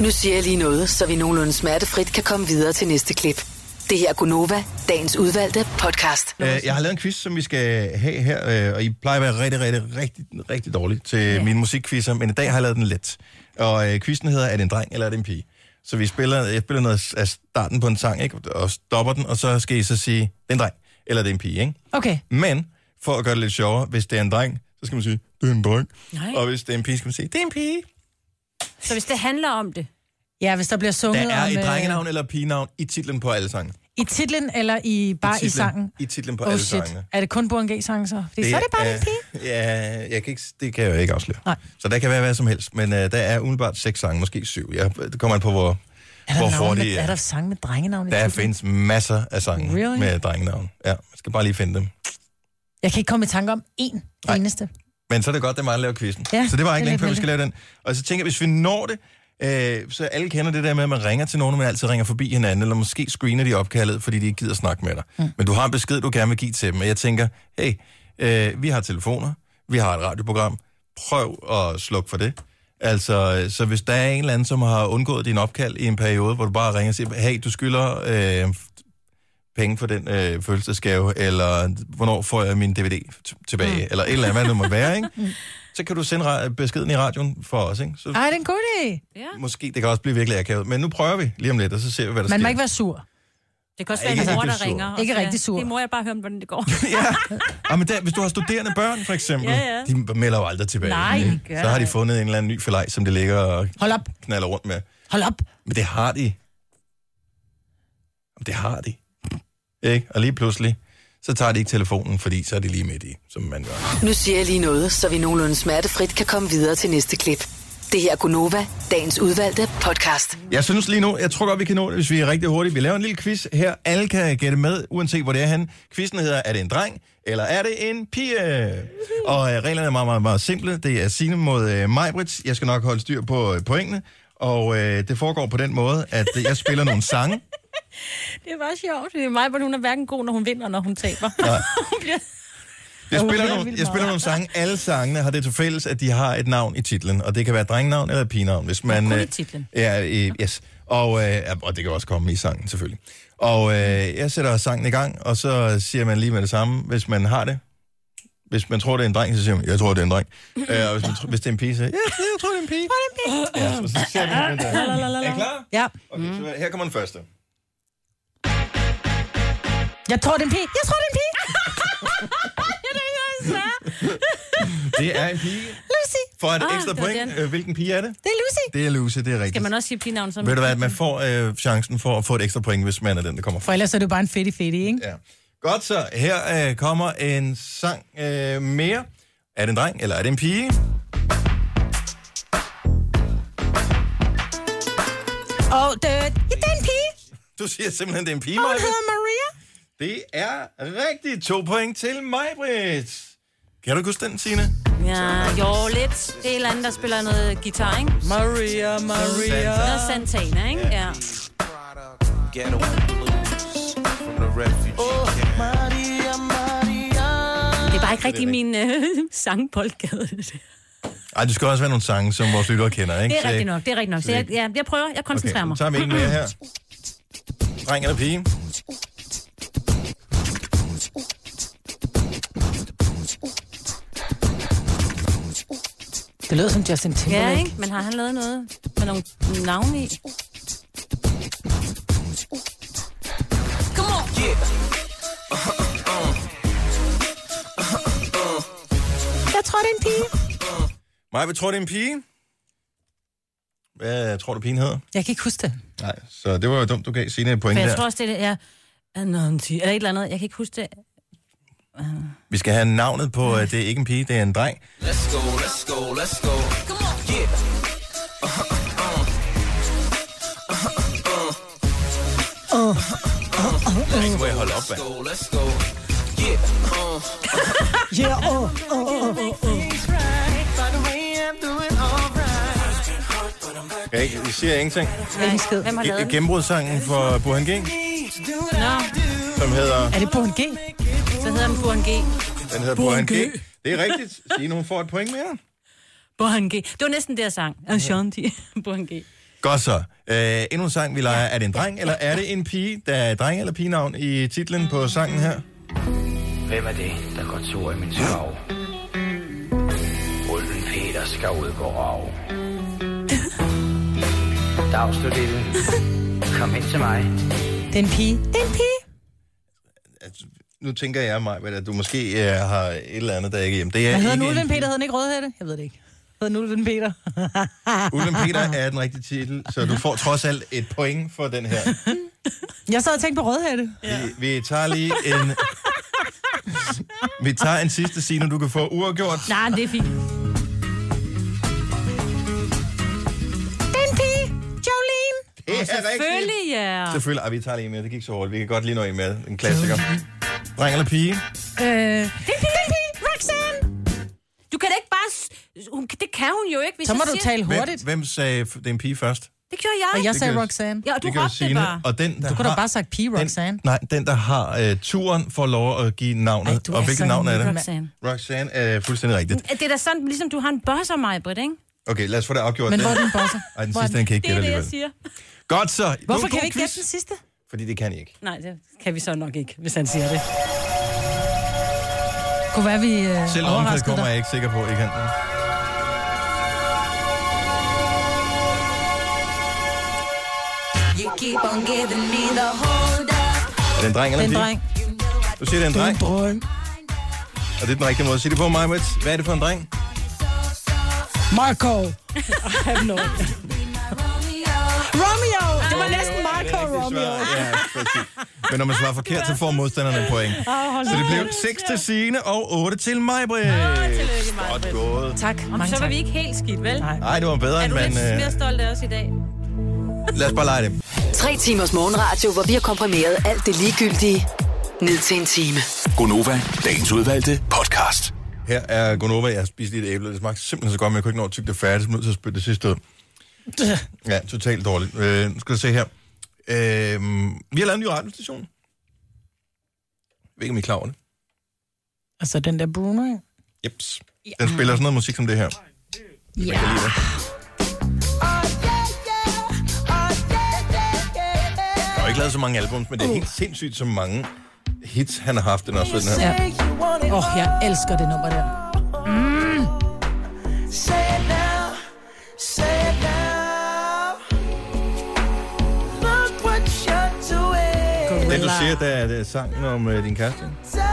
Speaker 6: Nu siger jeg lige noget, så vi nogenlunde smertefrit kan komme videre til næste klip. Det her er Gunova, dagens udvalgte podcast.
Speaker 1: Øh, jeg har lavet en quiz, som vi skal have her, øh, og I plejer at være rigtig, rigtig, rigtig, rigtig dårlige til yeah. mine musikquizzer, men i dag har jeg lavet den let. Og øh, quizzen hedder, er det en dreng eller er det en pige? Så vi spiller, jeg spiller noget af starten på en sang, ikke? og stopper den, og så skal I så sige, det er en dreng, eller det er en pige. Ikke?
Speaker 3: Okay.
Speaker 1: Men for at gøre det lidt sjovere, hvis det er en dreng, så skal man sige, det er en dreng.
Speaker 2: Nej.
Speaker 1: Og hvis det er en pige, skal man sige, det er en pige.
Speaker 2: Så hvis det handler om det,
Speaker 3: Ja, hvis der bliver sunget
Speaker 1: Der er
Speaker 3: om...
Speaker 1: et
Speaker 3: øh,
Speaker 1: drengenavn eller pigenavn i titlen på alle sange.
Speaker 3: I titlen eller i bare i,
Speaker 1: titlen,
Speaker 3: sangen?
Speaker 1: I titlen på
Speaker 3: oh,
Speaker 1: alle
Speaker 3: shit.
Speaker 1: sangene.
Speaker 3: Er det kun Burgen G-sangen så? Fordi det så er det bare en pige.
Speaker 1: Ja, jeg kan ikke, det kan jeg jo ikke afsløre. Nej. Så der kan være hvad som helst, men uh, der er umiddelbart seks sange, måske syv. Ja, det kommer an på, hvor,
Speaker 3: Er der,
Speaker 1: hvor
Speaker 3: navn,
Speaker 1: hurtige
Speaker 3: med, er der sang med drengenavn i
Speaker 1: der
Speaker 3: titlen?
Speaker 1: findes masser af sange
Speaker 3: Really?
Speaker 1: med drengenavn. Ja, man skal bare lige finde dem.
Speaker 3: Jeg kan ikke komme i tanke om én eneste.
Speaker 1: Men så er det godt, det er mig, der laver quizzen.
Speaker 3: Ja,
Speaker 1: så det var
Speaker 3: det er
Speaker 1: ikke længe
Speaker 3: lidt
Speaker 1: før, vi skal lave den. Og så tænker jeg, hvis vi når det, øh, så alle kender det der med, at man ringer til nogen, men altid ringer forbi hinanden, eller måske screener de opkaldet, fordi de ikke gider snakke med dig. Mm. Men du har en besked, du gerne vil give til dem, og jeg tænker, hey, øh, vi har telefoner, vi har et radioprogram, prøv at slukke for det. Altså, øh, så hvis der er en eller anden, som har undgået din opkald i en periode, hvor du bare ringer og siger, hey, du skylder øh, penge for den øh, fødselsdagsgave, eller hvornår får jeg min DVD t- tilbage, mm. eller et eller andet, hvad det må være, ikke? så kan du sende ra- beskeden i radioen for os, ikke? Så
Speaker 3: Ej, det er en god idé.
Speaker 1: måske, det kan også blive virkelig akavet. Men nu prøver vi lige om lidt, og så ser vi, hvad der
Speaker 3: Man
Speaker 1: sker.
Speaker 3: må ikke være sur.
Speaker 2: det kan også
Speaker 1: Ej,
Speaker 2: være
Speaker 1: ikke
Speaker 2: en mor,
Speaker 1: rigtig
Speaker 2: der
Speaker 1: sur.
Speaker 2: ringer. og
Speaker 3: Ikke
Speaker 2: siger,
Speaker 3: rigtig sur.
Speaker 2: Det må jeg bare høre, om, hvordan det går.
Speaker 1: ja. Ah, men der, hvis du har studerende børn, for eksempel,
Speaker 2: Ja, ja.
Speaker 1: de melder jo aldrig tilbage.
Speaker 2: Nej, de gør
Speaker 1: så har de
Speaker 2: ikke.
Speaker 1: fundet en eller anden ny forlej, som det ligger og
Speaker 3: Hold op.
Speaker 1: knaller rundt med.
Speaker 3: Hold op.
Speaker 1: Men det har de. Jamen, Det har de. Ikke? Og lige pludselig, så tager de ikke telefonen, fordi så er de lige midt i, som man gør.
Speaker 6: Nu siger jeg lige noget, så vi nogenlunde smertefrit kan komme videre til næste klip. Det her er Gunova, dagens udvalgte podcast.
Speaker 1: Jeg synes lige nu, jeg tror godt, vi kan nå det, hvis vi er rigtig hurtige. Vi laver en lille quiz her. Alle kan gætte med, uanset hvor det er han. Quizzen hedder, er det en dreng, eller er det en pige? Og øh, reglerne er meget, meget, meget simple. Det er Signe mod øh, Majbrits. Jeg skal nok holde styr på øh, pointene. Og øh, det foregår på den måde, at øh, jeg spiller nogle sange.
Speaker 2: Det var sjovt. Det er mig, hvor hun er hverken god, når hun vinder, når hun taber.
Speaker 1: Nej.
Speaker 2: Hun bliver-
Speaker 1: Jeg
Speaker 2: Ja,
Speaker 1: spiller,
Speaker 2: hun er
Speaker 1: nogle,
Speaker 2: vildt
Speaker 1: jeg spiller nogle sange. Alle sangene har det til fælles, at de har et navn i titlen. Og det kan være et drengnavn eller et pigenavn. Hvis man,
Speaker 2: kun i
Speaker 1: øh,
Speaker 2: titlen.
Speaker 1: Ja, øh, yes. Og, øh, og det kan også komme i sangen, selvfølgelig. Og øh, jeg sætter sangen i gang, og så siger man lige med det samme, hvis man har det. Hvis man tror, det er en dreng, så siger man, jeg tror, det er en dreng. Øh, og hvis, man, tror- hvis det er en pige, så ja, jeg tror, det er en pige. Ja, så ser vi, hvordan det er. Er I klar?
Speaker 3: Ja.
Speaker 1: Okay, så her kommer den første.
Speaker 3: Jeg tror, det er en pige. Jeg tror, det er en pige.
Speaker 1: Det er en pige.
Speaker 3: Lucy.
Speaker 1: For et
Speaker 2: Ah,
Speaker 1: ekstra
Speaker 2: det var
Speaker 1: point,
Speaker 2: den.
Speaker 1: øh, hvilken pige er det?
Speaker 3: Det er Lucy.
Speaker 1: Det er Lucy, det er rigtigt.
Speaker 2: Skal man også sige pigenavn som...
Speaker 1: Ved du hvad, man får øh, chancen for at få et ekstra point, hvis man er den, der kommer
Speaker 3: For
Speaker 1: fra.
Speaker 3: ellers er det jo bare en fedt fedt, ikke?
Speaker 1: Ja. Godt så, her øh, kommer en sang øh, mere. Er det en dreng, eller er det en pige?
Speaker 3: Og det, ja, det er en pige.
Speaker 1: Du siger simpelthen, det er en pige,
Speaker 3: Og hun
Speaker 1: Maja.
Speaker 3: hedder Maria.
Speaker 1: Det er rigtigt. To point til mig, Britt. Kan du huske den, Signe?
Speaker 2: Ja, jo, lidt. Det er et eller andet, der spiller noget guitar, ikke?
Speaker 3: Maria, Maria.
Speaker 2: Noget Santana, ikke? Ja.
Speaker 12: Ghetto blues from the refugee camp.
Speaker 2: Det er bare ikke rigtig min øh, sangboldgade. det der.
Speaker 1: Ej, det skal også være nogle sange, som vores lyttere kender, ikke?
Speaker 2: Det er
Speaker 1: Så-
Speaker 2: rigtigt nok, det er rigtigt nok. Så jeg, ja, jeg prøver, jeg koncentrerer
Speaker 1: Okay,
Speaker 2: mig.
Speaker 1: så tager vi en mere her. Dreng eller pige?
Speaker 3: Det lyder som Justin Timberlake.
Speaker 2: Ja, ikke? Men har han lavet noget med nogle navne i?
Speaker 12: Come on. Yeah.
Speaker 3: Jeg tror, det er en pige.
Speaker 1: Maja, hvad tror du, det er en pige? Hvad tror du, pigen hedder?
Speaker 3: Jeg kan ikke huske det.
Speaker 1: Nej, så det var jo dumt, du gav Signe et point
Speaker 2: For jeg
Speaker 1: der.
Speaker 2: tror også, det er... Anonti, eller et eller andet. Jeg kan ikke huske det.
Speaker 1: Vi skal have navnet på, at det er ikke en pige, det er en dreng.
Speaker 12: Let's go, let's go, let's go. Come on. Yeah.
Speaker 3: Oh.
Speaker 12: Let's go, hold op, let's go, let's go. Yeah. Uh.
Speaker 3: Yeah, oh, oh, oh,
Speaker 1: Okay, ikke? I siger ingenting.
Speaker 3: oh. Hvem har lavet
Speaker 1: Ge-
Speaker 3: den?
Speaker 1: Gennembrudssangen for Burhan G,
Speaker 2: Nå,
Speaker 1: som hedder...
Speaker 3: Er det på en G?
Speaker 2: så hedder den Burhan G.
Speaker 1: Den hedder Burhan G. Det er rigtigt. Signe, hun får et point mere.
Speaker 2: Burhan G. Det var næsten det, jeg sang. Anonti, Burhan G.
Speaker 1: Godt så. Øh, endnu en sang, vi leger. Er det en dreng, eller er det en pige? Der er dreng eller pigenavn i titlen på sangen her.
Speaker 15: Hvem er det, der går tur i min skov? Ulven Peter skal ud på rov. Dags, du lille. Kom hen til mig.
Speaker 3: Det er en pige. Det er en pige.
Speaker 1: Nu tænker jeg mig, at du måske øh, har et eller andet, der ikke er hjemme. Det er
Speaker 3: Hvad hedder
Speaker 1: ikke
Speaker 3: den?
Speaker 1: en
Speaker 3: Ulven Peter? Hedder den ikke Rødhætte? Jeg ved det ikke. Hedder den Ulven Peter?
Speaker 1: Ulven Peter er den rigtige titel, så du får trods alt et point for den her.
Speaker 3: Jeg sad og tænkte på Rødhætte.
Speaker 1: Vi, vi tager lige en... Vi tager en sidste scene, du kan få uafgjort.
Speaker 2: Nej, Ah, det er fint.
Speaker 3: Det er en pige. Jolene.
Speaker 1: Det er
Speaker 2: Selvfølgelig, ja.
Speaker 1: Selvfølgelig. Ej, vi tager lige en mere. Det gik så hurtigt. Vi kan godt lige nå en med. En klassiker.
Speaker 2: Mm.
Speaker 1: Dreng eller pige?
Speaker 3: Øh,
Speaker 2: Det er pige. Roxanne. Du kan da ikke bare... s- Hun, det kan hun jo ikke, hvis jeg siger-
Speaker 1: Hvem, hvem sagde, f- det er en pige først?
Speaker 2: Det gjorde jeg.
Speaker 1: Og jeg Det sagde gjorde- Roxanne.
Speaker 2: Ja, og du
Speaker 1: det gjorde
Speaker 2: råbte det
Speaker 1: Signe,
Speaker 2: bare.
Speaker 1: og den, der
Speaker 3: Du kunne da
Speaker 1: har-
Speaker 3: bare sagt pige, Roxanne.
Speaker 1: Nej, den, der har øh, turen, får lov at give navnet.
Speaker 3: du
Speaker 1: og
Speaker 3: er
Speaker 1: hvilket
Speaker 3: så
Speaker 1: navn er
Speaker 3: en
Speaker 1: det?
Speaker 2: Roxanne.
Speaker 1: Roxanne er fuldstændig rigtigt.
Speaker 2: Det er da sådan, ligesom du har en bosser, mig, Britt, ikke?
Speaker 1: Okay, lad os få det afgjort.
Speaker 2: Mm. Men hvor er den bosser?
Speaker 1: Ej, den
Speaker 2: Hvor er
Speaker 1: sidste, den
Speaker 2: den?
Speaker 1: kan jeg ikke
Speaker 2: Det er
Speaker 1: gætte
Speaker 2: det, jeg
Speaker 1: alligevel.
Speaker 2: siger.
Speaker 1: Godt så. Det var
Speaker 3: Hvorfor
Speaker 1: en
Speaker 3: kan
Speaker 1: god
Speaker 3: vi ikke
Speaker 1: quiz.
Speaker 3: gætte den sidste?
Speaker 1: Fordi det kan I ikke.
Speaker 2: Nej, det kan vi så nok ikke, hvis han siger det.
Speaker 3: Kunne være, vi øh,
Speaker 1: Selv omkring
Speaker 3: overraskede
Speaker 1: kommer
Speaker 3: dig.
Speaker 1: jeg ikke sikker på, I kan. den.
Speaker 12: You keep on giving me the hold up.
Speaker 1: Er det en dreng eller en
Speaker 12: Det er
Speaker 1: pige?
Speaker 12: en
Speaker 1: Du siger, det er en dreng.
Speaker 3: dreng.
Speaker 1: Og det er den rigtige måde at sige det på, Maja Hvad er det for en dreng?
Speaker 3: Marco. I have no. Romeo. Det var næsten Marco.
Speaker 1: for Romeo. Ja, præcis. Men når man svarer forkert, så får modstanderne en point.
Speaker 2: Åh, hold
Speaker 1: Så det
Speaker 2: op.
Speaker 1: blev 6 til Signe og 8 til Majbrit.
Speaker 2: Tillykke,
Speaker 1: Godt
Speaker 2: Maja.
Speaker 1: gået.
Speaker 2: Tak. Om, så var vi ikke helt skidt, vel? Nej.
Speaker 1: Ej, det var bedre,
Speaker 2: Er
Speaker 1: end
Speaker 2: du
Speaker 1: man...
Speaker 2: lidt
Speaker 1: øh,
Speaker 2: mere stolt af os i dag?
Speaker 1: Lad os bare lege det.
Speaker 6: Tre timers morgenradio, hvor vi har komprimeret alt det ligegyldige ned til en time.
Speaker 3: oh.
Speaker 4: Gonova, dagens udvalgte podcast.
Speaker 1: Her er Gonova. Jeg har spist lige et æble. Det smagte simpelthen så godt, men jeg kunne ikke nå at tygge det færdigt. Så jeg blev nødt til at spytte det sidste ud. Ja, totalt dårligt. Øh, nu skal du se her. Øh, vi har lavet en ny radiostation. Jeg ved ikke, om I er klar over det.
Speaker 3: Altså den der Bruno, ja.
Speaker 1: Jeps. Den spiller sådan noget musik som det her.
Speaker 3: Ja.
Speaker 1: Jeg har jo ikke lavet så mange albums,
Speaker 3: Uh.
Speaker 1: men det er helt sindssygt så mange hits, han har haft den også ved den her.
Speaker 3: Ja. Åh, oh, jeg elsker det nummer der. Mm.
Speaker 1: Det, du siger, der er det er sangen om øh, din kæreste. ikke?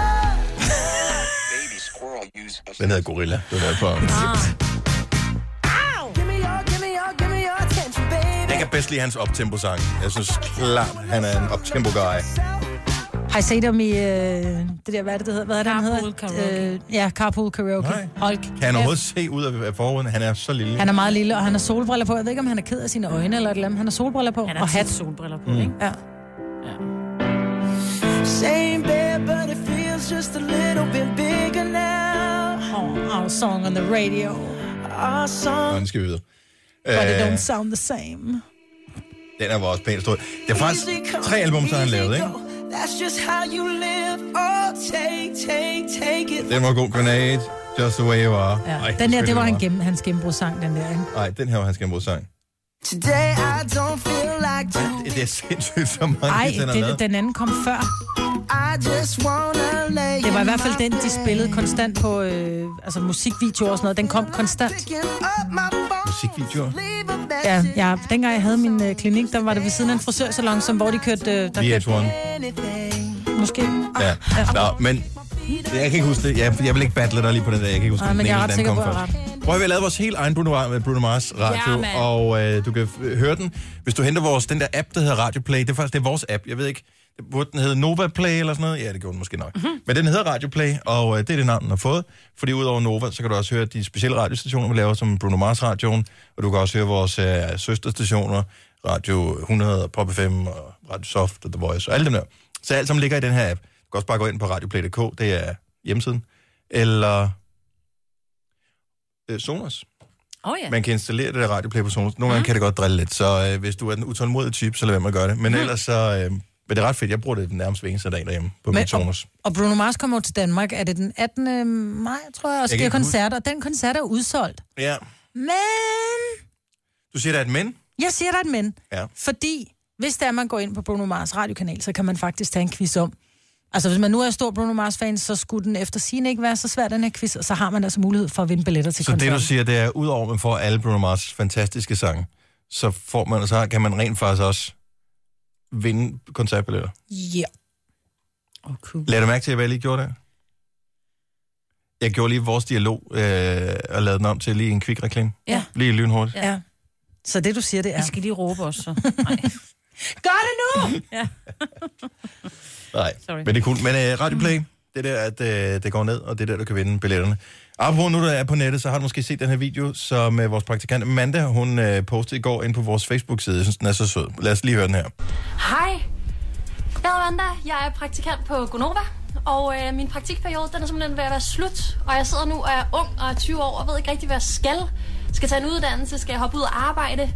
Speaker 1: Den hedder Gorilla. Det var
Speaker 3: Ah.
Speaker 1: derfor. Jeg kan bedst lide hans optempo-sang. Jeg synes klart, han er en optempo-guy.
Speaker 3: Har I set om i øh, det der, hvad er det, det hedder? Hvad er det, han hedder? Karaoke. Øh, ja, Carpool Karaoke.
Speaker 1: Nej.
Speaker 3: Hold
Speaker 1: Kan han overhovedet se ud af af forruden? Han er så lille.
Speaker 3: Han er meget lille, og han har solbriller på. Jeg ved ikke, om han er ked af sine øjne eller et eller andet. Han har solbriller på. Han og hat.
Speaker 2: solbriller
Speaker 1: på, Mm. ikke?
Speaker 3: Ja.
Speaker 12: Same bed, but it feels just a little bit bigger now.
Speaker 3: Oh, our song on the radio.
Speaker 12: Our
Speaker 1: Nå,
Speaker 12: song.
Speaker 1: nu skal vi videre.
Speaker 3: But it
Speaker 1: Øh,
Speaker 3: don't sound the same.
Speaker 1: den er vores pænt stor. Det er faktisk tre album, så han lavet, ikke?
Speaker 12: That's just how you live. Oh, take, take, take it.
Speaker 1: Den var god, Grenade. Just the way you are.
Speaker 3: Ja.
Speaker 1: Ej,
Speaker 3: den der, det
Speaker 1: spiller
Speaker 3: var
Speaker 1: jeg
Speaker 3: en gem, hans gennembrugssang, den der, ikke?
Speaker 1: Nej, den her var hans gennembrudssang.
Speaker 12: Today I don't feel like doing.
Speaker 1: Det er sindssygt så mange,
Speaker 3: Ej,
Speaker 1: hits, han har
Speaker 3: den,
Speaker 1: lavet.
Speaker 3: den anden kom før.
Speaker 12: I just wanna lay
Speaker 3: Det var i
Speaker 12: in
Speaker 3: hvert fald
Speaker 12: my
Speaker 3: den, de
Speaker 12: bed.
Speaker 3: spillede konstant på øh, altså musikvideoer og sådan noget. Den kom konstant.
Speaker 12: Picking up my phone.
Speaker 1: Musikvideoer.
Speaker 12: Leave a
Speaker 3: Ja,
Speaker 12: message.
Speaker 3: ja, dengang jeg havde min øh, klinik, der var det ved siden af en frisørsalon, som, hvor de kørte... Øh,
Speaker 1: VH1.
Speaker 3: der Kørte, måske.
Speaker 1: Ja. Nå, men jeg kan ikke huske det. Jeg, jeg vil ikke battle dig lige på den der. Jeg kan ikke huske,
Speaker 3: Nej, men
Speaker 1: den
Speaker 3: jeg er
Speaker 1: ene
Speaker 3: ret
Speaker 1: eller den
Speaker 3: sikker
Speaker 1: anden
Speaker 3: på, at jeg
Speaker 1: kom først. Prøv at vi har lavet vores helt egen Bruno, Bruno Mars radio,
Speaker 3: Ja, mand.
Speaker 1: og øh, du kan f- høre den. Hvis du henter vores, den der app, der hedder Radio Play, det er faktisk det er vores app. Jeg ved ikke, det burde den hedde Nova Play eller sådan noget? Ja, det gjorde den måske nok.
Speaker 3: Mhm.
Speaker 1: Mm-hmm. Men den hedder Radio Play, og øh, det er det navn, den har fået. Fordi udover Nova, så kan du også høre de specielle radiostationer, vi laver, som Bruno Mars radioen, og du kan også høre vores øh, søsterstationer, Radio 100, Pop FM, og Radio Soft og The Voice, og alle dem der. Så alt som ligger i den her app. Du kan også bare gå ind på radioplay.dk, det er hjemmesiden, eller øh, Sonos.
Speaker 2: Åh oh, ja.
Speaker 1: Man kan installere det der radioplay på Sonos. Nogle gange kan det godt drille lidt, så øh, hvis du er den utålmodige type, så lad være med at gøre det. Men ellers så... Øh, men det er ret fedt. Jeg bruger det den nærmest hver eneste dag derhjemme på
Speaker 3: Men-
Speaker 1: min Sonos.
Speaker 3: Og Bruno Mars kommer jo til Danmark, er det den 18. maj, tror jeg, og
Speaker 1: kan
Speaker 3: skal
Speaker 1: ikke
Speaker 3: koncert, og den koncert er udsolgt.
Speaker 1: Ja.
Speaker 3: Men
Speaker 1: Du siger, der er et men?
Speaker 3: jeg siger dig et men,
Speaker 1: Ja.
Speaker 3: fordi hvis der man går ind på Bruno Mars radiokanal, så kan man faktisk tage en quiz om. Altså, hvis man nu er stor Bruno Mars-fan, så skulle den efter sigende ikke være så svær, den her quiz, og så har man altså mulighed for at vinde billetter til
Speaker 1: Så det,
Speaker 3: koncerten.
Speaker 1: du siger, det er, udover at man får alle Bruno Mars fantastiske sange, så, får man, så kan man rent faktisk også vinde koncertbilletter.
Speaker 3: Ja.
Speaker 1: Lad du mærke til, hvad jeg lige gjorde der? Jeg gjorde lige vores dialog øh, og lavede den om til lige en kvik reklame.
Speaker 3: Ja.
Speaker 1: Lige lynhurtigt.
Speaker 3: Ja. Så det, du siger, det er...
Speaker 2: Vi skal lige råbe os, så.
Speaker 3: Gør det nu!
Speaker 2: ja.
Speaker 1: Nej,
Speaker 2: Sorry.
Speaker 1: men det er cool. Men uh, Radio Play, det er der, at uh, det går ned, og det er der, du kan vinde billetterne. Apropos nu, der er på nettet, så har du måske set den her video, som uh, vores praktikant Amanda, hun uh, postede i går ind på vores Facebook-side. Jeg synes, den er så sød. Lad os lige høre den her.
Speaker 16: Hej, jeg hedder Amanda. Jeg er praktikant på Gonova, og øh, min praktikperiode den er simpelthen ved at være slut. Og jeg sidder nu og er ung og er 20 år og ved ikke rigtig, hvad jeg skal. Skal tage en uddannelse, skal jeg hoppe ud og arbejde.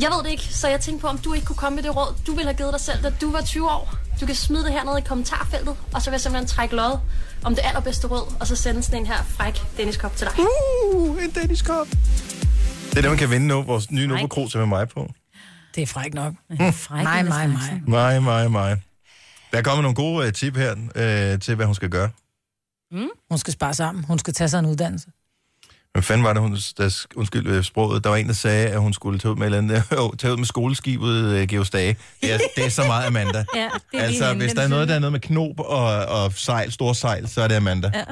Speaker 16: Jeg ved det ikke, så jeg tænkte på, om du ikke kunne komme med det råd, du ville have givet dig selv, da du var 20 år. Du kan smide det hernede i kommentarfeltet, og så vil jeg simpelthen trække lod om det allerbedste råd, og så sende sådan en her fræk Dennis-kop til dig.
Speaker 1: Uh, en Dennis-kop. Det er det, man kan vinde nu. Vores nye Nova Cruz er med mig på.
Speaker 3: Det er fræk nok. Fræk, nej, nej, nej.
Speaker 1: Nej, nej, nej. Der er kommet nogle gode uh, tip her uh, til, hvad hun skal gøre.
Speaker 3: Mm? Hun skal spare sammen. Hun skal tage sig en uddannelse.
Speaker 1: Hvad fanden var det, hun, der, undskyld øh, sproget, der var en, der sagde, at hun skulle tage ud med, et eller andet, jo, tage ud med skoleskibet uh, Georgs Dage. Det er, det er så meget Amanda.
Speaker 2: ja, det er
Speaker 1: Altså, hvis der er noget, der er noget med knop og, og sejl, store sejl, så er det Amanda. Ja.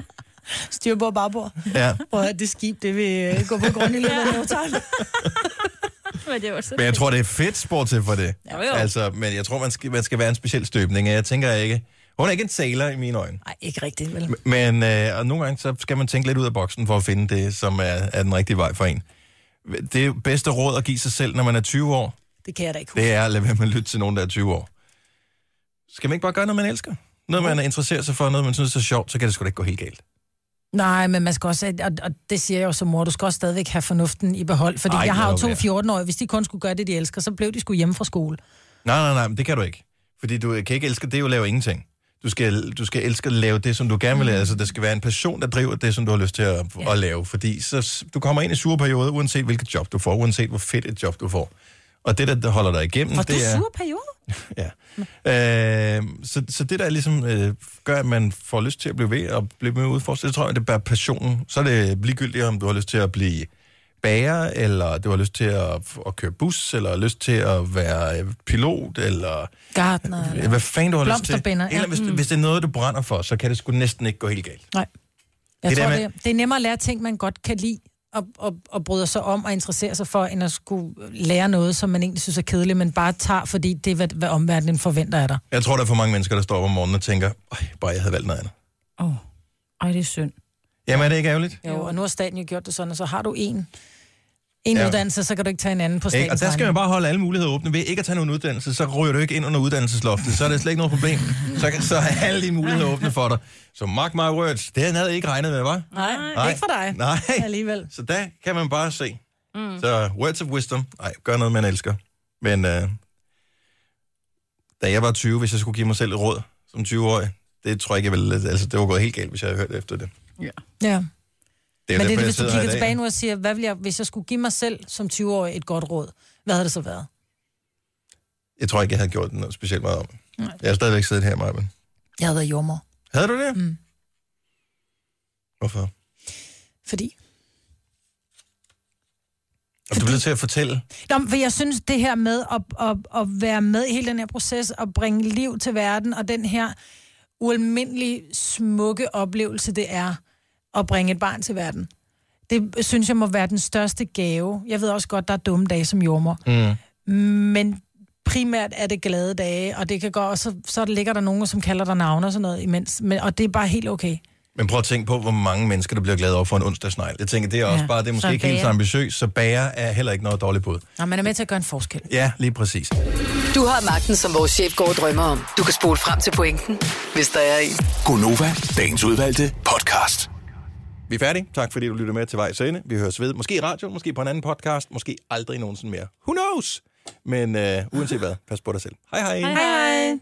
Speaker 3: Styrbord og bagbord.
Speaker 1: Ja.
Speaker 3: Prøv at høre, det skib, det vil øh, gå på grund i løbet af noget
Speaker 2: Men det var sådan.
Speaker 1: Men jeg tror, det er fedt, bortset for det.
Speaker 2: Jo, jo.
Speaker 1: Altså, men jeg tror, man skal, man skal være en speciel støbning. Jeg tænker ikke... Hun er ikke en sailor i mine øjne.
Speaker 3: Nej, ikke rigtigt, vel?
Speaker 1: Men øh, og nogle gange så skal man tænke lidt ud af boksen for at finde det, som er, er den rigtige vej for en. Det bedste råd at give sig selv, når man er 20 år,
Speaker 3: Det kan jeg da ikke huske.
Speaker 1: det er at lade være med at lytte til nogen, der er 20 år. Skal man ikke bare gøre noget, man elsker? Noget,
Speaker 2: Mm.
Speaker 1: man interesserer sig for, noget, man synes er sjovt, så kan det sgu da ikke gå helt galt.
Speaker 3: Nej, men man skal også, og, og det siger jeg jo som mor, du skal også stadigvæk have fornuften i behold, fordi
Speaker 1: Ej,
Speaker 3: Ej, jeg har jo
Speaker 1: lad
Speaker 3: to
Speaker 1: være.
Speaker 3: 14-årige, hvis de kun skulle gøre det, de elsker, så blev de sgu hjemme fra skole.
Speaker 1: Nej, nej, nej, men det kan du ikke. Fordi du kan ikke elske det at lave ingenting. Du skal, du skal elske at lave det, som du gerne
Speaker 3: Mm.
Speaker 1: vil. Altså, der skal være en passion, der driver det, som du har lyst til at, ja. at lave. Fordi så, s- du kommer ind i sure perioder, uanset hvilket job du får, uanset hvor fedt et job du får. Og det, der- der holder dig igennem,
Speaker 3: Og du
Speaker 1: det er...
Speaker 3: sur periode?
Speaker 1: Øh, så, så det, der ligesom øh, gør, at man får lyst til at blive ved og blive med at udforske, det tror jeg, det er bare passionen. Så er det ligegyldigt, om du har lyst til at blive bager, eller du har lyst til at, at køre bus, eller lyst til at være øh, pilot, eller
Speaker 3: Gartner.
Speaker 1: ja. hvad fanden du har lyst til.
Speaker 3: Blomsterbinder, ja.
Speaker 1: Eller hvis,
Speaker 3: Mm.
Speaker 1: hvis det er noget, du brænder for, så kan det sgu næsten ikke gå helt galt.
Speaker 3: Nej. Jeg
Speaker 1: Det
Speaker 3: det
Speaker 1: der
Speaker 3: tror,
Speaker 1: med-
Speaker 3: det, det er nemmere at lære ting, man godt kan lide, og, og, og bryder sig om og interesserer sig for, end at skulle lære noget, som man egentlig synes er kedeligt, men bare tager, fordi det er, hvad, hvad omverdenen forventer af dig.
Speaker 1: Jeg tror, der er for mange mennesker, der står op om morgenen og tænker, "Ej, bare jeg havde valgt noget andet.
Speaker 3: Ej, det er synd.
Speaker 1: Jamen, er det ikke ærgerligt?
Speaker 3: Jo, og nu har staten jo gjort det sådan, og så har du en, en
Speaker 1: Ja.
Speaker 3: ja. uddannelse, så kan du ikke tage en anden på
Speaker 1: Ikke?
Speaker 3: statens
Speaker 1: Og der skal man
Speaker 3: regning.
Speaker 1: bare holde alle muligheder åbne. Ved ikke at tage nogen uddannelse, så ryger du ikke ind under uddannelsesloftet. Så er det slet ikke noget problem. Så, kan, så er alle dine muligheder åbne for dig. Så mark my words. Det havde jeg ikke regnet med, var?
Speaker 3: Nej,
Speaker 1: Nej.
Speaker 3: Nej, ikke for dig.
Speaker 1: Nej.
Speaker 3: Alligevel.
Speaker 1: Så der kan man bare se.
Speaker 3: Mm.
Speaker 1: Så words of wisdom. Nej, gør noget, man elsker. Men øh, da jeg var 20, hvis jeg skulle give mig selv et råd som 20-årig, det tror jeg ikke, jeg ville... Altså, det var gået helt galt, hvis jeg havde hørt efter det.
Speaker 3: Ja.
Speaker 1: Det er derfor,
Speaker 3: Men det er
Speaker 1: jeg
Speaker 3: det, hvis du
Speaker 1: sidder her
Speaker 3: kigger
Speaker 1: i dag.
Speaker 3: tilbage nu og siger, hvad vil jeg, hvis jeg skulle give mig selv som 20-årig et godt råd, hvad havde det så været?
Speaker 1: Jeg tror ikke, jeg havde gjort noget specielt meget om.
Speaker 3: Nej.
Speaker 1: Jeg har stadigvæk siddet her, Marben.
Speaker 3: Jeg havde været jordmor.
Speaker 1: Havde du det?
Speaker 3: Mm.
Speaker 1: Hvorfor?
Speaker 3: Fordi?
Speaker 1: Og du bliver nødt til at fortælle.
Speaker 3: Nå, men for jeg synes, det her med at, at, at være med i hele den her proces, og bringe liv til verden, og den her ualmindelig smukke oplevelse, det er at bringe et barn til verden. Det synes jeg må være den største gave. Jeg ved også godt, der er dumme dage som jordmor.
Speaker 12: Mm.
Speaker 3: Men primært er det glade dage, og det kan gå, og så, så ligger der nogen, som kalder dig navne og sådan noget imens. Men, og det er bare helt okay.
Speaker 1: Men prøv at tænke på, hvor mange mennesker, der bliver glade over for en onsdagsnegl. Jeg tænker, det er også ja.
Speaker 3: Ja.
Speaker 1: bare, det er måske
Speaker 3: Så
Speaker 1: ikke helt
Speaker 3: bager.
Speaker 1: så ambitiøst, så bager er heller ikke noget dårligt bud.
Speaker 3: Nå, man er med til at gøre en forskel.
Speaker 1: Ja, lige præcis.
Speaker 6: Du har magten, som vores chef går og drømmer om. Du kan spole frem til pointen, hvis der er en.
Speaker 4: Gonova, dagens udvalgte podcast.
Speaker 1: Vi er færdige. Tak fordi du lyttede med til vejs ende. Vi høres ved. Måske i radioen, måske på en anden podcast, måske aldrig nogensinde mere. Who knows? Men øh, uanset hvad, pas på dig selv. Hej hej.
Speaker 2: Hej hej.